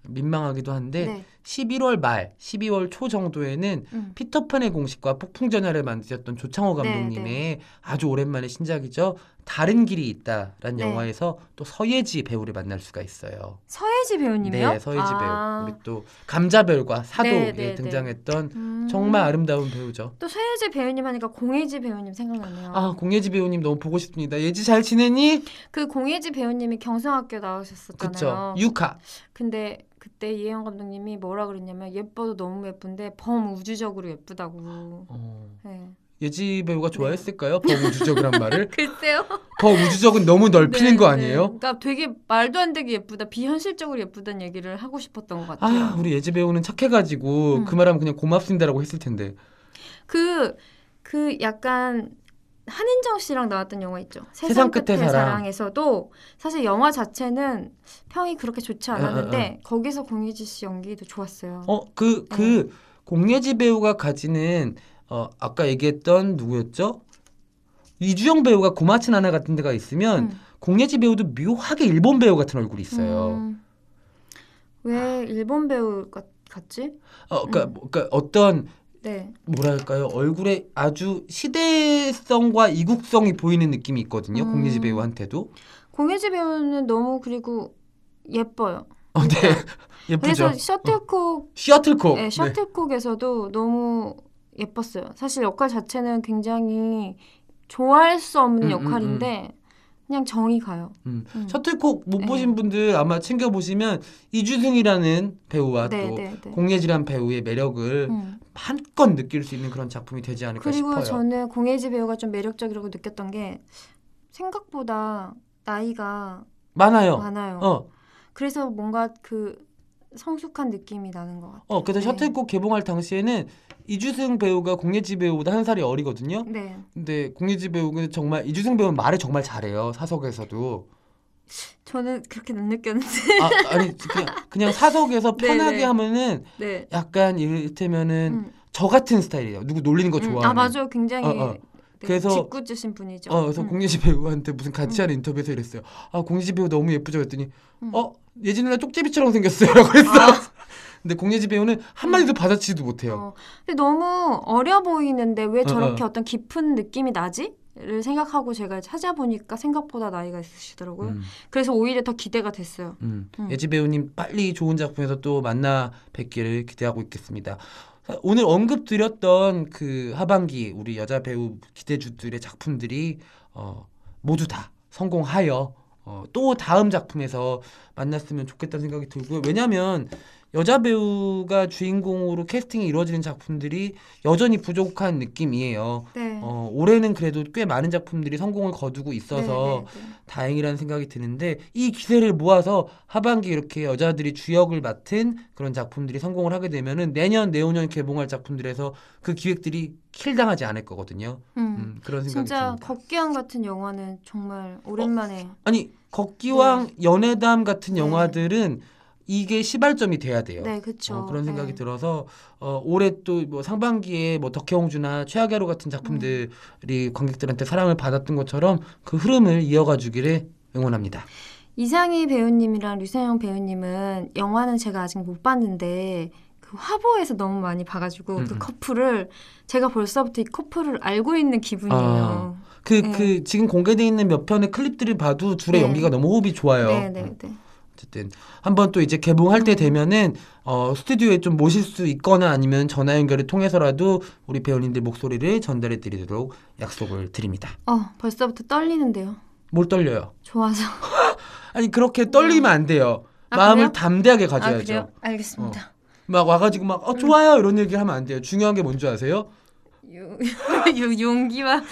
Speaker 1: 민망하기도 한데
Speaker 2: 네.
Speaker 1: 11월 말, 12월 초 정도에는
Speaker 2: 음. 네,
Speaker 1: 피터팬의 공식과 폭풍전야를 만드셨던 조창호 감독님의 아주 오랜만에 신작이죠. 다른 길이 있다라는
Speaker 2: 네.
Speaker 1: 영화에서 또 서예지 배우를 만날 수가 있어요.
Speaker 2: 서예지 배우님이요?
Speaker 1: 네, 서예지 배우.
Speaker 2: 아.
Speaker 1: 우리 또 감자별과 사도에
Speaker 2: 네, 네,
Speaker 1: 등장했던
Speaker 2: 음.
Speaker 1: 정말 아름다운 배우죠.
Speaker 2: 또 서예지 배우님 하니까 공예지 배우님 생각나네요.
Speaker 1: 아, 공예지 배우님 너무 보고 싶습니다. 예지 잘 지내니?
Speaker 2: 그 공예지 배우님이 경성학교
Speaker 1: 그쵸.
Speaker 2: 나오셨었잖아요.
Speaker 1: 유카.
Speaker 2: 근데 그때 이혜영 감독님이 뭐라 그랬냐면 예뻐도 너무 예쁜데 범우주적으로 예쁘다고.
Speaker 1: 어,
Speaker 2: 네.
Speaker 1: 예지 배우가 좋아했을까요? 범우주적이란 말을?
Speaker 2: 글쎄요.
Speaker 1: 범우주적은 너무 넓히는
Speaker 2: 네,
Speaker 1: 거
Speaker 2: 네.
Speaker 1: 아니에요?
Speaker 2: 그러니까 되게 말도 안 되게 예쁘다, 비현실적으로 예쁘다는 얘기를 하고 싶었던 것 같아요.
Speaker 1: 아, 우리 예지 배우는 착해가지고
Speaker 2: 음.
Speaker 1: 그 말하면 그냥 고맙습니다라고 했을 텐데.
Speaker 2: 그, 그 약간 한인정 씨랑 나왔던 영화 있죠.
Speaker 1: 세상 끝의 사랑.
Speaker 2: 사랑에서도 사실 영화 자체는 평이 그렇게 좋지 않았는데
Speaker 1: 응,
Speaker 2: 거기서 공유지 씨 연기도 좋았어요.
Speaker 1: 어, 그, 그,
Speaker 2: 네.
Speaker 1: 공예지 배우가 가지는, 어, 아까 얘기했던 누구였죠? 이주영 배우가 고마친 하나 같은 데가 있으면
Speaker 2: 음.
Speaker 1: 공예지 배우도 묘하게 일본 배우 같은 얼굴이 있어요.
Speaker 2: 음. 왜 일본 배우 같, 같지?
Speaker 1: 어, 그러니까,
Speaker 2: 음.
Speaker 1: 뭐- 그러니까 어떤
Speaker 2: 네.
Speaker 1: 뭐랄까요 얼굴에 아주 시대성과 이국성이 보이는 느낌이 있거든요.
Speaker 2: 음.
Speaker 1: 공예지 배우한테도.
Speaker 2: 공유지 배우는 너무 그리고 예뻐요.
Speaker 1: 어, 네, 예쁘죠. 어.
Speaker 2: 그래서 셔틀콕,
Speaker 1: 셔틀콕.
Speaker 2: 네,
Speaker 1: 네.
Speaker 2: 셔틀콕에서도 너무 예뻤어요. 사실 역할 자체는 굉장히 좋아할 수 없는
Speaker 1: 음, 음,
Speaker 2: 역할인데 그냥 정이 가요.
Speaker 1: 음.
Speaker 2: 음.
Speaker 1: 셔틀콕 못
Speaker 2: 네.
Speaker 1: 보신 분들 아마 챙겨 보시면 이주승이라는 배우와 또
Speaker 2: 네네네. 음.
Speaker 1: 공예지란 배우의 매력을 한껏 느낄 수 있는 그런 작품이 되지 않을까
Speaker 2: 그리고
Speaker 1: 그러니까 싶어요.
Speaker 2: 저는 공예지 배우가 좀 매력적이라고 느꼈던 게 생각보다 나이가
Speaker 1: 많아요.
Speaker 2: 많아요.
Speaker 1: 어,
Speaker 2: 그래서 뭔가 그 성숙한 느낌이 나는 것 같아요.
Speaker 1: 어, 그래서
Speaker 2: 네.
Speaker 1: 셔틀콕 개봉할 당시에는 이주승 배우가 공예지 배우보다 한 살이 어리거든요.
Speaker 2: 네.
Speaker 1: 근데 공예지 배우는 정말 이주승 배우는 말을 정말 잘해요. 사석에서도.
Speaker 2: 저는 그렇게 안 느꼈는데.
Speaker 1: 아, 아니 그냥, 그냥 사석에서
Speaker 2: 네,
Speaker 1: 편하게
Speaker 2: 네.
Speaker 1: 하면은
Speaker 2: 네.
Speaker 1: 약간 이를테면은
Speaker 2: 음.
Speaker 1: 저 같은 스타일이에요. 누구 놀리는 거
Speaker 2: 음,
Speaker 1: 좋아하는.
Speaker 2: 아 맞아요. 굉장히
Speaker 1: 어, 어.
Speaker 2: 네,
Speaker 1: 그래서-
Speaker 2: 짓궂으신 분이죠.
Speaker 1: 어, 그래서
Speaker 2: 음.
Speaker 1: 공예지 배우한테 무슨 같이 하는 인터뷰에서 이랬어요. 아, 공예지 배우 너무 예쁘죠? 그랬더니,
Speaker 2: 음.
Speaker 1: 어, 예지 누나 쪽제비처럼 생겼어요. 라고 그랬어요.
Speaker 2: 아. 음.
Speaker 1: 근데 공예지 배우는 한마디도 받아치지도 못해요.
Speaker 2: 어, 근데 너무 어려 보이는데 왜
Speaker 1: 어,
Speaker 2: 저렇게
Speaker 1: 어.
Speaker 2: 어, 떤 깊은 느낌이 나지? 를 생각하고 제가 찾아보니까 생각보다 나이가 있으시더라고요.
Speaker 1: 음,
Speaker 2: 그래서 오히려 더 기대가 됐어요.
Speaker 1: 음.
Speaker 2: 음.
Speaker 1: 예지 배우님 빨리 좋은 작품에서 또 만나 뵙기를 기대하고 있겠습니다. 자, 오늘 언급드렸던 그 하반기 우리 여자 배우 기대주들의 작품들이 어, 모두 다 성공하여 어, 또 다음 작품에서 만났으면 좋겠다는 생각이 들고요. 왜냐하면 여자 배우가 주인공으로 캐스팅이 이루어지는 작품들이 여전히 부족한 느낌이에요.
Speaker 2: 네.
Speaker 1: 어, 올해는 그래도 꽤 많은 작품들이 성공을 거두고 있어서
Speaker 2: 네, 네, 네.
Speaker 1: 다행이라는 생각이 드는데 이 기세를 모아서 하반기 이렇게 여자들이 주역을 맡은 그런 작품들이 성공을 하게 되면은 내년 내후년 개봉할 작품들에서 그 기획들이 킬당하지 않을 거거든요.
Speaker 2: 음.
Speaker 1: 음, 그런 생각이
Speaker 2: 진짜
Speaker 1: 듭니다. 어,
Speaker 2: 걷기왕 같은 영화는 정말 오랜만에
Speaker 1: 아니 걷기왕
Speaker 2: 네.
Speaker 1: 연애담 같은 영화들은 이게 시발점이 돼야 돼요.
Speaker 2: 네 그렇죠.
Speaker 1: 어, 그런 생각이 들어서 어, 올해 또 뭐 상반기에 뭐 덕혜옹주나 최악의 하루 같은 작품들이 관객들한테 사랑을 받았던 것처럼 그 흐름을 이어가 주기를 응원합니다.
Speaker 2: 이상희 배우님이랑 류세영 배우님은 영화는 제가 아직 못 봤는데 그 화보에서 너무 많이 봐가지고
Speaker 1: 음,
Speaker 2: 그
Speaker 1: 음.
Speaker 2: 커플을 제가 벌써부터 이 커플을 알고 있는 기분이에요.
Speaker 1: 그 그
Speaker 2: 네.
Speaker 1: 지금 공개돼 있는 몇 편의 클립들을 봐도 둘의
Speaker 2: 네.
Speaker 1: 연기가 너무 호흡이 좋아요.
Speaker 2: 네네네.
Speaker 1: 어쨌든 한번 또 이제 개봉할 때 되면은 어, 스튜디오에 좀 모실 수 있거나 아니면 전화 연결을 통해서라도 우리 배우님들 목소리를 전달해 드리도록 약속을 드립니다.
Speaker 2: 어 벌써부터 떨리는데요.
Speaker 1: 뭘 떨려요?
Speaker 2: 좋아서.
Speaker 1: 아니 그렇게 떨리면 안 돼요.
Speaker 2: 아,
Speaker 1: 마음을
Speaker 2: 그래요?
Speaker 1: 담대하게
Speaker 2: 아
Speaker 1: 가져야죠. 어.
Speaker 2: 그래요? 알겠습니다.
Speaker 1: 막 와가지고 막 어, 좋아요 이런 얘기 하면 안 돼요. 중요한 게 뭔지 아세요?
Speaker 2: 요, 요 용기와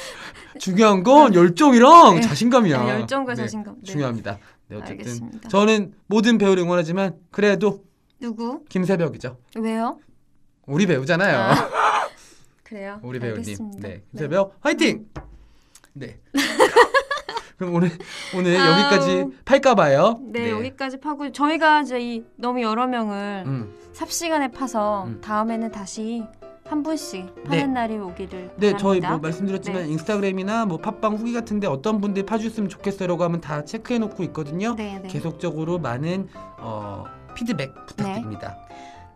Speaker 1: 중요한 건 열정이랑
Speaker 2: 아, 네.
Speaker 1: 자신감이야.
Speaker 2: 네, 열정과
Speaker 1: 네,
Speaker 2: 자신감. 네.
Speaker 1: 중요합니다. 네, 어쨌든
Speaker 2: 알겠습니다.
Speaker 1: 저는 모든 배우를 응원하지만 그래도
Speaker 2: 누구?
Speaker 1: 김새벽이죠.
Speaker 2: 왜요?
Speaker 1: 우리 배우잖아요.
Speaker 2: 아, 그래요.
Speaker 1: 우리 배우님.
Speaker 2: 알겠습니다.
Speaker 1: 네. 김새벽 화이팅. 네. 그럼 오늘 오늘
Speaker 3: 아우.
Speaker 1: 여기까지 팔까 봐요.
Speaker 2: 네, 여기까지 파고 저희가 이제 이 너무 여러 명을
Speaker 1: 음.
Speaker 2: 삽시간에 파서
Speaker 1: 음.
Speaker 2: 다음에는 다시 한 분씩 파는
Speaker 1: 네.
Speaker 2: 날이 오기를
Speaker 1: 네,
Speaker 2: 바랍니다.
Speaker 1: 저희 뭐 말씀드렸지만
Speaker 2: 네.
Speaker 1: 인스타그램이나 뭐 팟빵 후기 같은데 어떤 분들이 파주셨으면 좋겠어요라고 하면 다 체크해 놓고 있거든요.
Speaker 2: 네, 네.
Speaker 1: 뭐 계속적으로 많은 어, 피드백 부탁드립니다.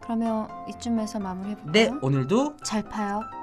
Speaker 2: 그러면 이쯤에서 마무리해 볼까요?
Speaker 1: 네, 오늘도
Speaker 2: 잘 파요.